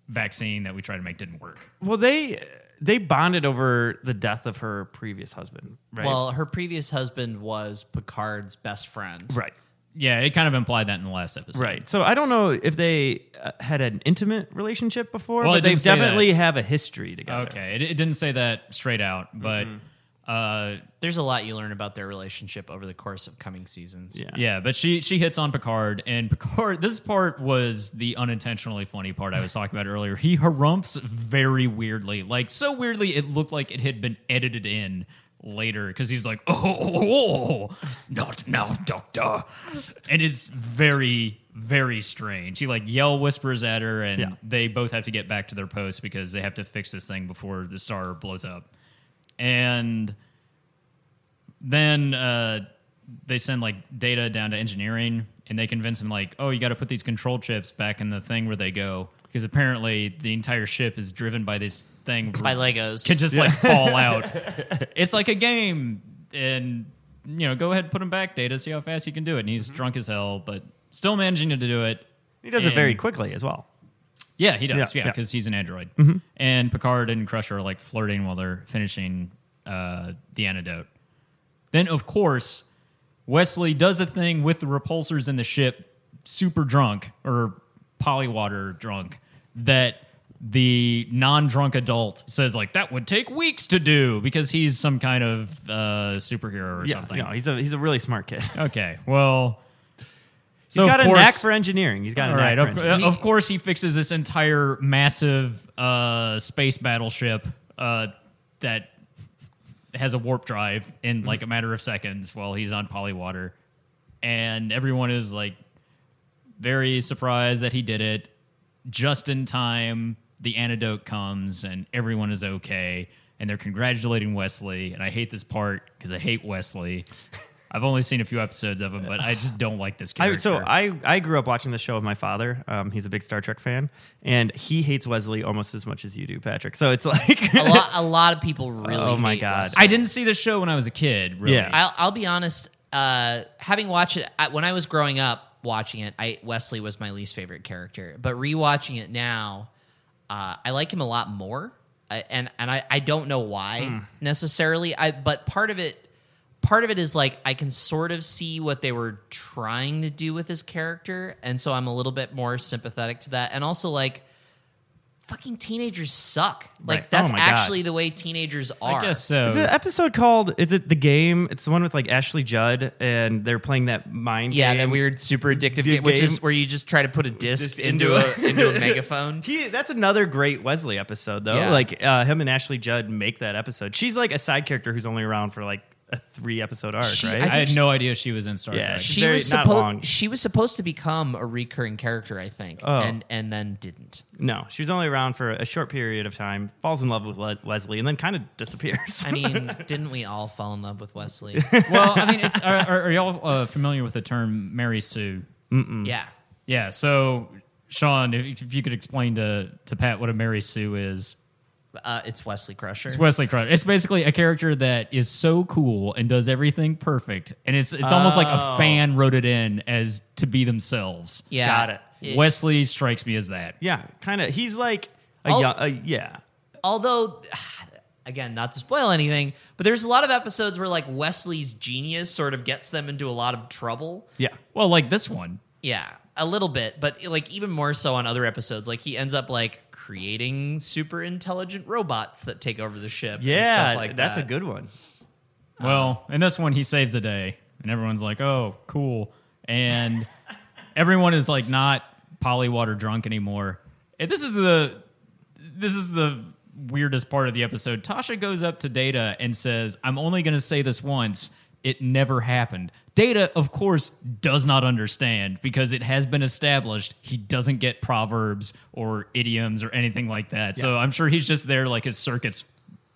S2: vaccine that we tried to make didn't work."
S4: Well, they they bonded over the death of her previous husband, right?
S3: Well, her previous husband was Picard's best friend.
S4: right,
S2: Yeah, it kind of implied that in the last episode.
S4: right. So I don't know if they uh, had an intimate relationship before,
S2: Well, it
S4: but they
S2: didn't say
S4: definitely have a history together.
S2: Okay, it, it didn't say that straight out, but uh,
S3: There's a lot you learn about their relationship over the course of coming seasons.
S4: Yeah.
S2: Yeah, but she she hits on Picard, and Picard. This part was the unintentionally funny part I was talking about earlier. He harumphs very weirdly, like so weirdly it looked like it had been edited in later because he's like, oh, "Oh, not now, Doctor," and it's very very strange. He like yell whispers at her, and
S4: Yeah.
S2: they both have to get back to their post because they have to fix this thing before the star blows up, and then uh, they send like data down to engineering and they convince him like oh you got to put these control chips back in the thing where they go because apparently the entire ship is driven by this thing
S3: By Legos.
S2: can just like fall out it's like a game and you know go ahead and put him back data see how fast you can do it and he's drunk as hell but still managing to do it
S4: He does it very
S2: And-
S4: quickly as well.
S2: yeah, he does.
S4: Yeah,
S2: Yeah,
S4: yeah. Mm-hmm.
S2: because he's an android. And Picard and Crusher are like flirting while they're finishing uh, the antidote. Then, of course, Wesley does a thing with the repulsors in the ship, super drunk or polywater drunk, that the non-drunk adult says like that would take weeks to do because he's some kind of uh, superhero or
S4: Yeah,
S2: something.
S4: no, he's a he's a really smart kid.
S2: Okay, well, so
S4: He's got
S2: of
S4: a knack
S2: course-
S4: for engineering. He's got a
S2: all right.
S4: knack for
S2: Of,
S4: engineering.
S2: uh, of course, he fixes this entire massive uh, space battleship uh, that has a warp drive
S4: Hmm.
S2: in like a matter of seconds while he's on polywater, and everyone is like very surprised that he did it just in time. The antidote comes, and everyone is okay, and they're congratulating Wesley. And I hate this part because I hate Wesley. I've only seen a few episodes of him, but I just don't like this
S4: I,
S2: character.
S4: so I, I grew up watching the show with my father. Um, he's a big Star Trek fan, and he hates Wesley almost as much as you do, Patrick. So it's like
S3: a lot a lot of people really
S4: Oh my
S3: hate
S4: God.
S3: Wes.
S2: I didn't see the show when I was a kid. Really.
S4: Yeah.
S3: I'll, I'll be honest. Uh, having watched it I, when I was growing up, watching it, I Wesley was my least favorite character. But rewatching it now, uh, I like him a lot more, I, and and I, I don't know why
S4: Hmm.
S3: necessarily. I but part of it, part of it is like I can sort of see what they were trying to do with his character, and so I'm a little bit more sympathetic to that, and also like. Fucking teenagers suck. Like
S4: Right. Oh
S3: that's
S4: my God. uh,
S3: actually the way teenagers are.
S2: I guess so.
S4: Is it an episode called? Is it the game? It's the one with like Ashley Judd, and they're playing that mind.
S3: Yeah,
S4: game.
S3: that weird super addictive
S4: Video
S3: game, which is
S4: game.
S3: where you just try to put a disc
S4: Just
S3: into
S4: into
S3: a into a megaphone.
S4: He, that's another great Wesley episode though.
S3: Yeah.
S4: Like uh, him and Ashley Judd make that episode. She's like a side character who's only around for like a three episode arc,
S3: She-
S4: right?
S2: I,
S3: I think
S2: had
S3: she-
S2: no idea she was in Star
S4: Yeah,
S2: Trek.
S4: she-
S3: She
S4: Very-
S3: was
S4: not
S3: supposed
S4: long. Oh.
S3: she was supposed to become a recurring character, I think, and and then didn't.
S4: no, she was only around for a short period of time. Falls in love with Le- Wesley and then kind of disappears.
S3: I mean, didn't we all fall in love with Wesley?
S2: well, I mean, it's, are, are, are y'all uh, familiar with the term Mary Sue?
S4: Hmm.
S3: yeah,
S2: Yeah. So, Sean, if, if you could explain to, to Pat what a Mary Sue is.
S3: uh, it's Wesley Crusher.
S2: It's Wesley Crusher. It's basically a character that is so cool and does everything perfect, and it's it's almost like a fan wrote it in as to be themselves.
S3: yeah,
S4: Got it.
S2: Wesley strikes me as that.
S4: yeah, kind of. He's like a
S3: Oh.
S4: young. A, yeah,
S3: although again not to spoil anything but there's a lot of episodes where like wesley's genius sort of gets them into a lot of trouble
S4: yeah.
S2: Well, like this one.
S3: Yeah, a little bit, but like even more so on other episodes. Like he ends up like creating super intelligent robots that take over the ship. and
S4: Yeah,
S3: stuff like
S4: that's
S3: that.
S4: a good one.
S2: Well, in this one, he saves the day, and everyone's like, "Oh, cool," and everyone is like not polywater drunk anymore. And this is the this is the weirdest part of the episode. Tasha goes up to Data and says, "I'm only going to say this once. It never happened." Data, of course, does not understand because it has been established he doesn't get proverbs or idioms or anything like that. So I'm sure he's just there like his circuits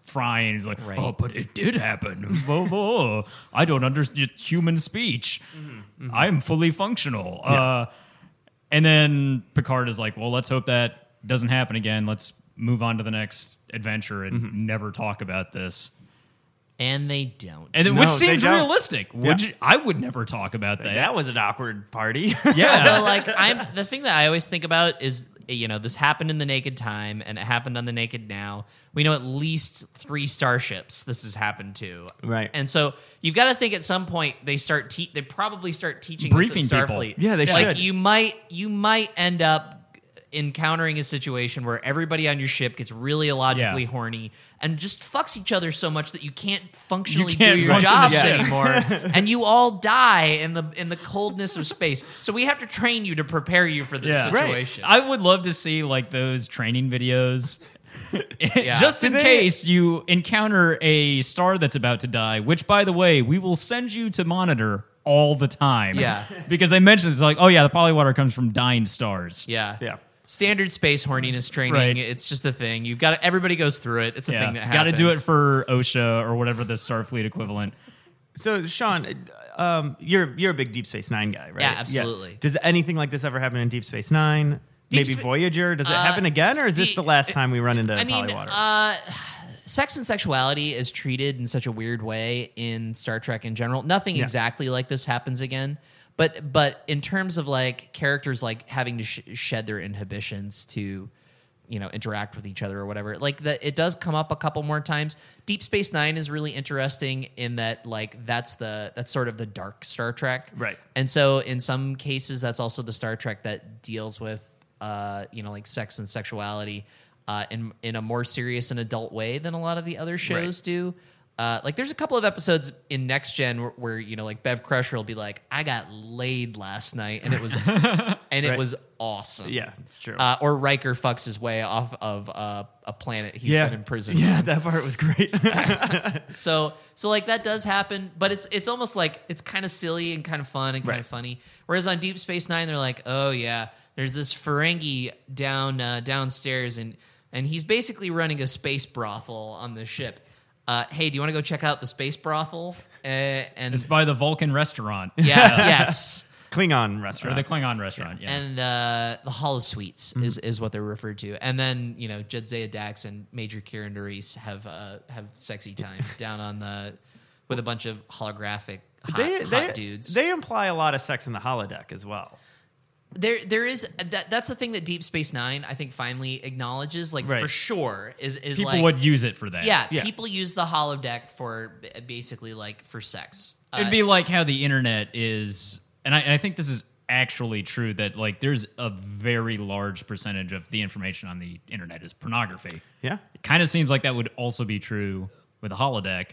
S2: frying. He's like,
S3: Right.
S2: "Oh, but it did happen. Whoa, whoa. I don't understand human speech. I'm fully functional." Uh, and then Picard is like, well, let's hope that doesn't happen again. Let's move on to the next adventure and
S3: Mm-hmm.
S2: never talk about this.
S3: and they don't.
S2: And it
S4: No,
S2: which
S4: they
S2: seems
S4: don't.
S2: realistic. Would you, I would never talk about that.
S4: That was an awkward party.
S2: yeah.
S3: Although, like I'm the thing that I always think about is you know this happened in the Naked Time and it happened on the Naked Now. We know at least three starships this has happened to.
S4: Right.
S3: and so you've got to think at some point they start. Te- they probably start teaching
S2: Briefing
S3: this
S2: people.
S3: at Starfleet.
S4: Yeah, they
S3: like
S4: should.
S3: you might you might end up encountering a situation where everybody on your ship gets really illogically
S2: Yeah.
S3: horny and just fucks each other so much that you can't functionally
S2: can't
S3: do your
S2: function
S3: jobs
S2: as a ship.
S3: anymore anymore, and you all die in the in the coldness of space. So we have to train you to prepare you for this
S2: Yeah. Right.
S3: situation.
S2: I would love to see like those training videos. Just
S3: Do
S2: in
S4: they-
S2: case you encounter a star that's about to die, which by the way, we will send you to monitor all the time.
S3: Yeah.
S2: because they mentioned it's like, oh yeah, the polywater comes from dying stars.
S3: yeah,
S4: yeah.
S3: Standard space horniness training.
S2: Right.
S3: It's just a thing. You've got to, everybody goes through it. It's a thing that
S2: Got to
S3: happens.
S2: do it for OSHA or whatever the Starfleet equivalent.
S4: So Sean, um, you're you're a big Deep Space Nine guy, right?
S3: Yeah, absolutely.
S4: Does anything like this ever happen in Deep Space Nine?
S3: Deep
S4: Maybe
S3: Spa-
S4: Voyager? Does it happen again, or is this
S3: Deep-
S4: the last time we run into
S3: I mean,
S4: Polywater?
S3: uh, sex and sexuality is treated in such a weird way in Star Trek in general. Nothing exactly like this happens again. But but in terms of like characters like having to sh- shed their inhibitions to you know interact with each other or whatever like that it does come up a couple more times deep space 9 is really interesting in that like that's the that's sort of the dark star trek
S4: Right.
S3: and so in some cases, that's also the Star Trek that deals with, uh, you know, like sex and sexuality uh, in in a more serious and adult way than a lot of the other shows do. Uh, like there's a couple of episodes in Next Gen where, where you know like Bev Crusher will be like, I got laid last night and it was and it
S4: Right.
S3: was awesome.
S4: yeah, it's true.
S3: Uh, or Riker fucks his way off of uh, a planet he's
S4: yeah,
S3: been in prison.
S4: Yeah,
S3: on.
S4: that part was great.
S3: So so like that does happen, but it's it's almost like it's kind of silly and kind of fun and kind
S4: Right.
S3: of funny. Whereas on Deep Space Nine, they're like, oh yeah, there's this Ferengi down uh, downstairs, and and he's basically running a space brothel on the ship. uh, hey, do you want to go check out the space brothel? Uh, and
S2: It's by the Vulcan restaurant
S3: yeah, yes.
S4: Klingon
S2: or
S4: restaurant.
S2: the Klingon restaurant. Yeah.
S3: And uh, the Hollow Suites is, is what they're referred to. And then, you know, Jedzia Dax and Major Kieran Nerys have uh, have sexy time down on the with a bunch of holographic hot, hot dudes.
S4: They imply a lot of sex in the holodeck as well.
S3: there there is that that's the thing that Deep Space Nine I think finally acknowledges, like
S4: Right.
S3: for sure, is is
S2: People
S3: like
S2: would use it for that.
S3: yeah,
S4: Yeah.
S3: people use the holodeck for b- basically like for sex. Uh,
S2: It'd be like how the internet is, and I, and I think this is actually true that like there's a very large percentage of the information on the internet is pornography.
S4: Yeah.
S2: It kind of seems like that would also be true with a holodeck.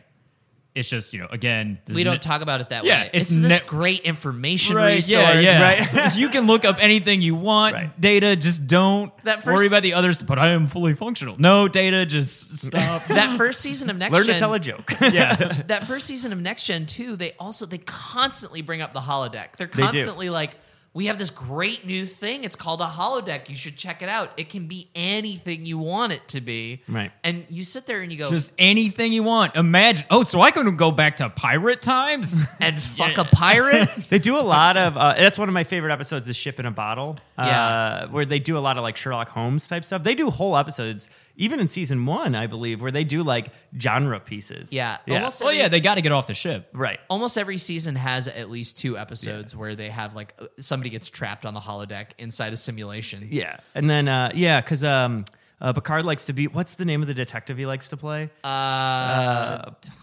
S2: It's just you know again this
S3: we
S2: is
S3: don't
S2: ne-
S3: talk about it that
S2: Yeah,
S3: way. It's,
S2: it's
S3: this
S2: net-
S3: great information
S2: right
S3: resource.
S2: yeah yeah you can look up anything you want
S4: Right.
S2: data just don't
S3: That
S2: worry
S3: first-
S2: about the others but I am fully functional no data just stop
S3: That first season of Next
S4: Learn
S3: Gen,
S4: to tell a joke.
S2: yeah
S3: that first season of Next Gen too, they also they constantly bring up the holodeck. They're
S4: do.
S3: constantly like, we have this great new thing. It's called a holodeck. You should check it out. It can be anything you want it to be.
S4: Right.
S3: And you sit there and you go
S2: just anything you want imagine oh so I can go back to pirate times
S3: and fuck a pirate.
S4: They do a lot of. Uh, that's one of my favorite episodes, "The Ship in a Bottle," uh,
S3: Yeah.
S4: where they do a lot of like Sherlock Holmes type stuff. They do whole episodes, even in season one, I believe, where they do like genre pieces.
S3: yeah.
S4: yeah,
S3: Almost
S2: well
S3: every,
S2: yeah they got to get off the ship
S4: right.
S3: almost every season has at least two episodes where they have like uh, somebody gets trapped on the holodeck inside a simulation.
S4: Yeah, and then uh, yeah, because um, uh, Picard likes to be. What's the name of the detective he likes to play? Uh,
S3: Uh,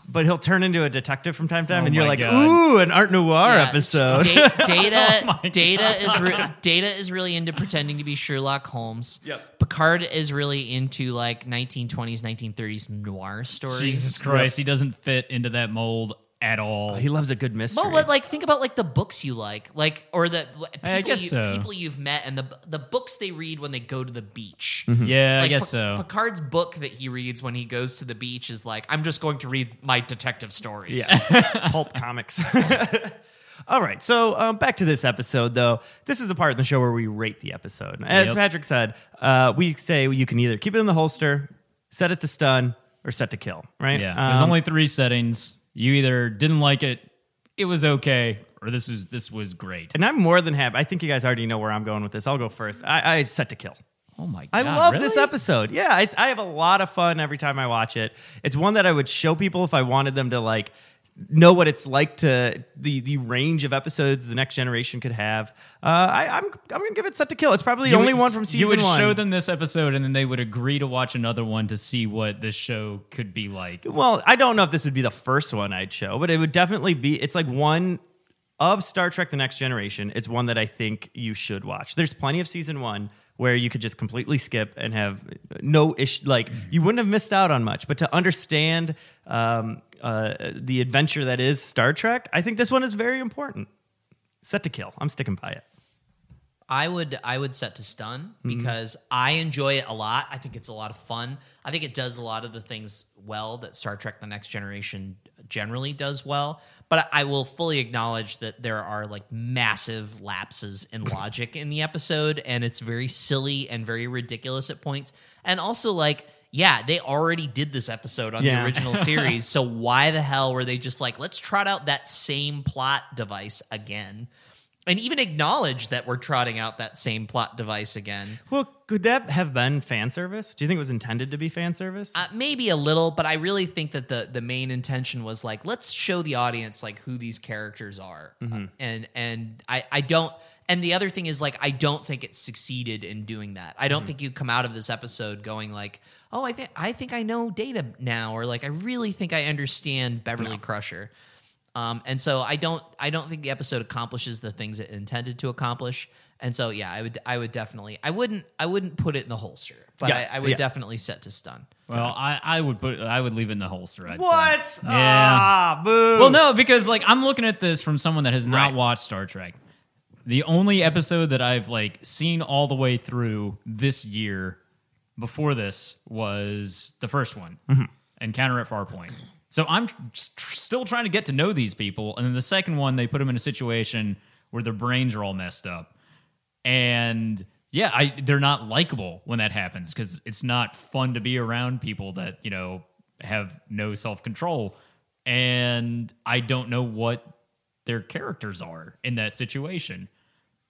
S4: but he'll turn into a detective from time to time,
S2: Oh
S4: and you're
S2: my
S4: like,
S2: God.
S4: ooh, an Art Noir
S3: yeah,
S4: episode.
S3: Da- data
S2: Oh my
S3: data is re- data is really into pretending to be Sherlock Holmes.
S4: Yep.
S3: Picard is really into like 1920s 1930s noir stories.
S2: Jesus Christ, he doesn't fit into that mold at all.
S4: he loves a good mystery.
S3: Well, but like think about like the books you like, like or the people,
S2: I guess
S3: you,
S2: so.
S3: people you've met and the the books they read when they go to the beach.
S2: Mm-hmm. yeah, I
S3: Like,
S2: guess
S3: Pic-
S2: so.
S3: Picard's book that he reads when he goes to the beach is like, I'm just going to read my detective stories.
S4: Yeah, pulp comics. All right, so um, back to this episode, though. This is a part of the show where we rate the episode. As
S2: Yep.
S4: Patrick said, uh, we say you can either keep it in the holster, set it to stun, or set to kill. Right?
S2: yeah,
S4: Um,
S2: there's only three settings. You either didn't like it, it was okay, or this was this was great.
S4: And I'm more than happy. I think you guys already know where I'm going with this. I'll go first. I, I set to kill.
S2: Oh my god,
S4: I love
S2: really?
S4: this episode. Yeah, I, I have a lot of fun every time I watch it. It's one that I would show people if I wanted them to like know what it's like to the the range of episodes the next generation could have. Uh, I, I'm I'm gonna give it set to kill. It's probably the
S2: You
S4: only
S2: would-
S4: one from season
S2: You would
S4: one.
S2: show them this episode, and then they would agree to watch another one to see what this show could be like.
S4: well, I don't know if this would be the first one I'd show, but it would definitely be. It's like one of Star Trek: The Next Generation. It's one that I think you should watch. There's plenty of season one where you could just completely skip and have no ish. Like you wouldn't have missed out on much. But to understand um, uh, the adventure that is Star Trek, I think this one is very important. Set to kill. I'm sticking by it.
S3: I would I would set to stun because I enjoy it a lot. I think it's a lot of fun. I think it does a lot of the things well that Star Trek: The Next Generation generally does well. But I will fully acknowledge that there are like massive lapses in logic in the episode, and it's very silly and very ridiculous at points. And also like. Yeah, they already did this episode on
S4: Yeah.
S3: the original series. So why the hell were they just like, let's trot out that same plot device again? and even acknowledge that we're trotting out that same plot device again.
S4: Well, could that have been fan service? Do you think it was intended to be fan service?
S3: Uh, maybe a little, but I really think that the the main intention was like let's show the audience like who these characters are,
S4: Mm-hmm.
S3: Uh, and and I I don't. And the other thing is like I don't think it succeeded in doing that. I
S4: Mm-hmm.
S3: don't think you come out of this episode going like, "Oh, I think I think I know Data now," or like I really think I understand Beverly Crusher. Um, and so I don't I don't think the episode accomplishes the things it intended to accomplish. And so yeah, I would I would definitely I wouldn't I wouldn't put it in the holster, but
S4: Yeah,
S3: I, I would
S4: yeah.
S3: definitely set to stun.
S2: Well, I, I would put I would leave it in the holster. I'd say.
S4: what?
S2: Yeah.
S4: Ah, boo.
S2: Well, no, because like I'm looking at this from someone that has not
S4: Right.
S2: watched Star Trek. The only episode that I've like seen all the way through this year before this was the first one, Encounter at Farpoint. So I'm tr- tr- still trying to get to know these people, and then the second one they put them in a situation where their brains are all messed up, and yeah, I they're not likable when that happens because it's not fun to be around people that you know have no self control. And I don't know what their characters are in that situation.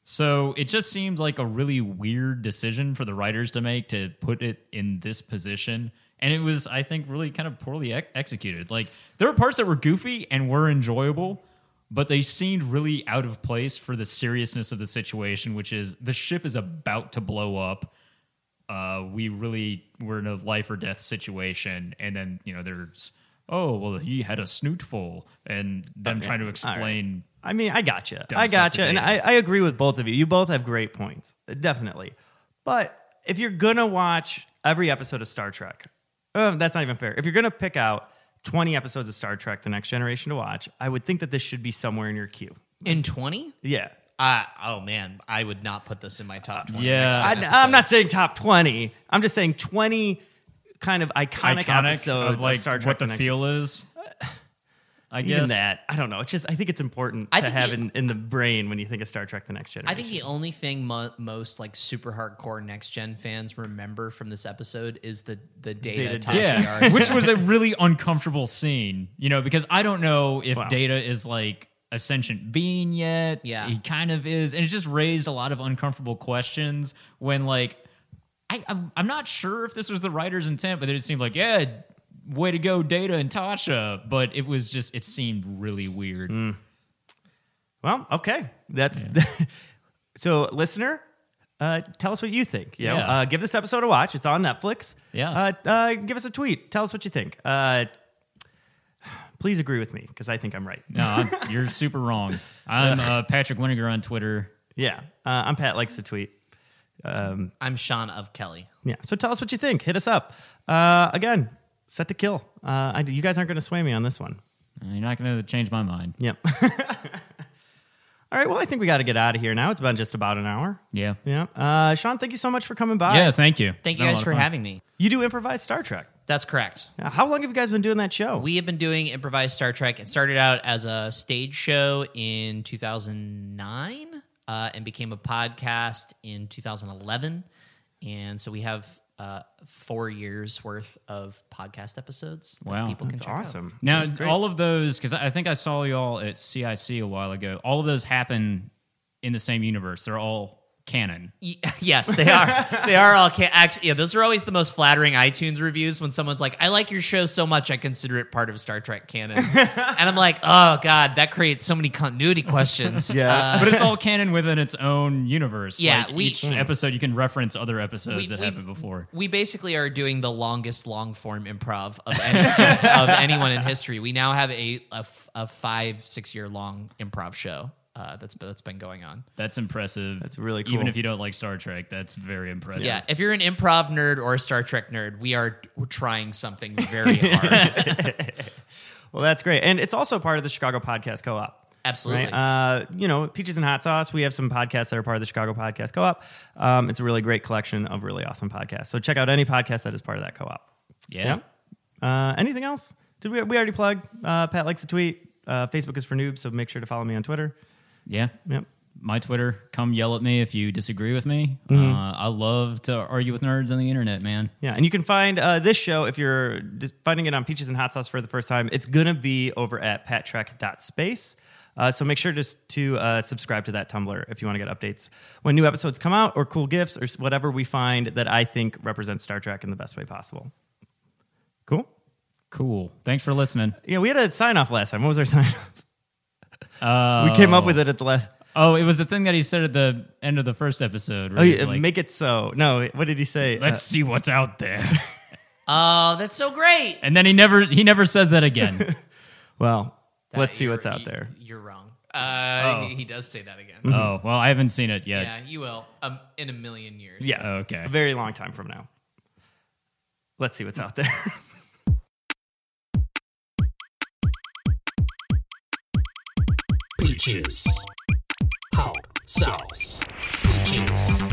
S2: So it just seems like a really weird decision for the writers to make to put it in this position. And it was, I think, really kind of poorly ex- executed. Like, there were parts that were goofy and were enjoyable, but they seemed really out of place for the seriousness of the situation, which is the ship is about to blow up. Uh, we really were in a life or death situation. And then, you know, there's, oh, well, he had a snootful, and them trying to explain.
S4: I mean, I gotcha.
S2: Dumb
S4: I
S2: stuff
S4: gotcha.
S2: to
S4: And
S2: date.
S4: I, I agree with both of you. You both have great points, definitely. But if you're going to watch every episode of Star Trek, uh, that's not even fair. If you're going to pick out 20 episodes of Star Trek The Next Generation to watch, I would think that this should be somewhere in your queue.
S3: in twenty.
S4: Yeah.
S3: Uh, oh man, I would not put this in my top twenty.
S2: Yeah.
S3: next
S4: I,
S3: gen
S4: I'm not
S3: episodes.
S4: saying top 20. I'm just saying 20 kind of iconic, episodes
S2: of like
S4: Star Trek
S2: what the
S4: Next
S2: feel is. I guess
S4: Even that, I don't know. It's just I think it's important
S3: I
S4: to
S3: think
S4: have
S3: the-
S4: in, in the brain when you think of Star Trek: The Next Generation.
S3: I think the only thing mo- most like super hardcore next gen fans remember from this episode is the the data
S4: Data
S3: Tasha
S2: Yeah,
S3: Yar-
S2: which was a really uncomfortable scene, you know, because I don't know if
S4: Wow.
S2: Data is like a sentient being yet.
S3: Yeah.
S2: he kind of is, and it just raised a lot of uncomfortable questions when like. I, I'm- I'm not sure if this was the writer's intent, but it seemed like, yeah, way to go, Data and Tasha. But it was just, it seemed really weird.
S3: Mm.
S4: Well, okay. That's so, listener. Uh, tell us what you think. You know,
S2: Yeah.
S4: uh, give this episode a watch. It's on Netflix.
S2: Yeah.
S4: Uh, uh, give us a tweet. Tell us what you think. Uh, please agree with me because I think I'm right.
S2: No, I'm- you're super wrong. I'm uh, Patrick Winiger on Twitter.
S4: Yeah. Uh, I'm Pat. Likes to tweet.
S3: I'm Sean of Kelly.
S4: Yeah. So tell us what you think. Hit us up. Uh, again, set to kill. Uh, I, you guys aren't going to sway me on this one.
S2: You're not going to change my mind.
S4: Yep. All right. Well, I think we got to get out of here now. It's been just about an hour.
S2: Yeah.
S4: Yeah. Uh, Sean, thank you so much for coming by.
S2: Yeah, thank you.
S3: Thank
S2: It's
S3: you
S2: been a
S3: guys
S2: lot of
S3: for
S2: fun.
S3: having me.
S4: You do improvised Star Trek.
S3: That's correct.
S4: Now, How long have you guys been doing that show?
S3: We have been doing improvised Star Trek. It started out as a stage show in 2009 uh, and became a podcast in 2011. And so we have uh, four years worth of podcast episodes. That
S2: Wow.
S3: people can
S4: That's
S3: check out.
S4: awesome.
S2: Now,
S4: That's great.
S2: all of those, because I think I saw y'all at CIC a while ago, all of those happen in the same universe. They're all canon.
S3: Y- Yes, they are. they are all ca- actually. Yeah, those are always the most flattering iTunes reviews when someone's like, "I like your show so much, I consider it part of Star Trek canon," and I'm like, "Oh God, that creates so many continuity questions." Uh,
S4: Yeah.
S2: but it's all canon within its own universe.
S3: Yeah,
S2: Like,
S3: we- Mm.
S2: each episode you can reference other episodes
S3: We-
S2: that
S3: we-
S2: happened before.
S3: We basically are doing the longest long form improv of, any, of anyone in history. We now have a a f- a five six year long improv show uh, that's that's been going on.
S2: That's impressive.
S4: That's really
S2: Even
S4: cool.
S2: if you don't like Star Trek, that's very impressive.
S3: Yeah, if you're an improv nerd or a Star Trek nerd, we are we're trying something very hard.
S4: well, that's great. And it's also part of the Chicago Podcast Co op.
S3: Absolutely.
S4: Right? Uh, you know, Peaches and Hot Sauce. We have some podcasts that are part of the Chicago Podcast Co op. Um, it's a really great collection of really awesome podcasts. So check out any podcast that is part of that co op.
S2: Yeah.
S4: Uh, anything else? Did we, we already plug? Uh, Pat likes to tweet. Uh, Facebook is for noobs, so make sure to follow me on Twitter.
S2: Yeah.
S4: Yep.
S2: My Twitter, come yell at me if you disagree with me.
S4: Mm-hmm.
S2: Uh, I love to argue with nerds on the internet, man.
S4: Yeah, and you can find uh, this show if you're just finding it on Peaches and Hot Sauce for the first time. It's gonna be over at pattrek.space. Uh, so make sure to, to uh, subscribe to that Tumblr if you want to get updates when new episodes come out or cool gifts or s- whatever we find that I think represents Star Trek in the best way possible. Cool.
S2: Cool. Thanks for listening.
S4: Yeah, we had a sign off last time. What was our sign off?
S2: Uh,
S4: We came up with it at the last.
S2: Oh, it was the thing that he said at the end of the first episode. Where
S4: Oh,
S2: he's
S4: yeah,
S2: like,
S4: make it so. No, what did he say?
S2: Let's see what's out there.
S3: oh, that's so great.
S2: and then he never he never says that again.
S4: Uh, well,
S3: That-
S4: let's see
S3: you're-
S4: what's out
S3: you-
S4: there. Oh. Mm.
S3: You're wrong. Uh, he, he does say that again.
S2: oh, well, I haven't seen it yet.
S3: Yeah, you will. Um, in a million years.
S4: Yeah.
S2: Okay.
S4: A very long time from now. Let's see what's out there.
S5: Peaches. Hot sauce. Peaches.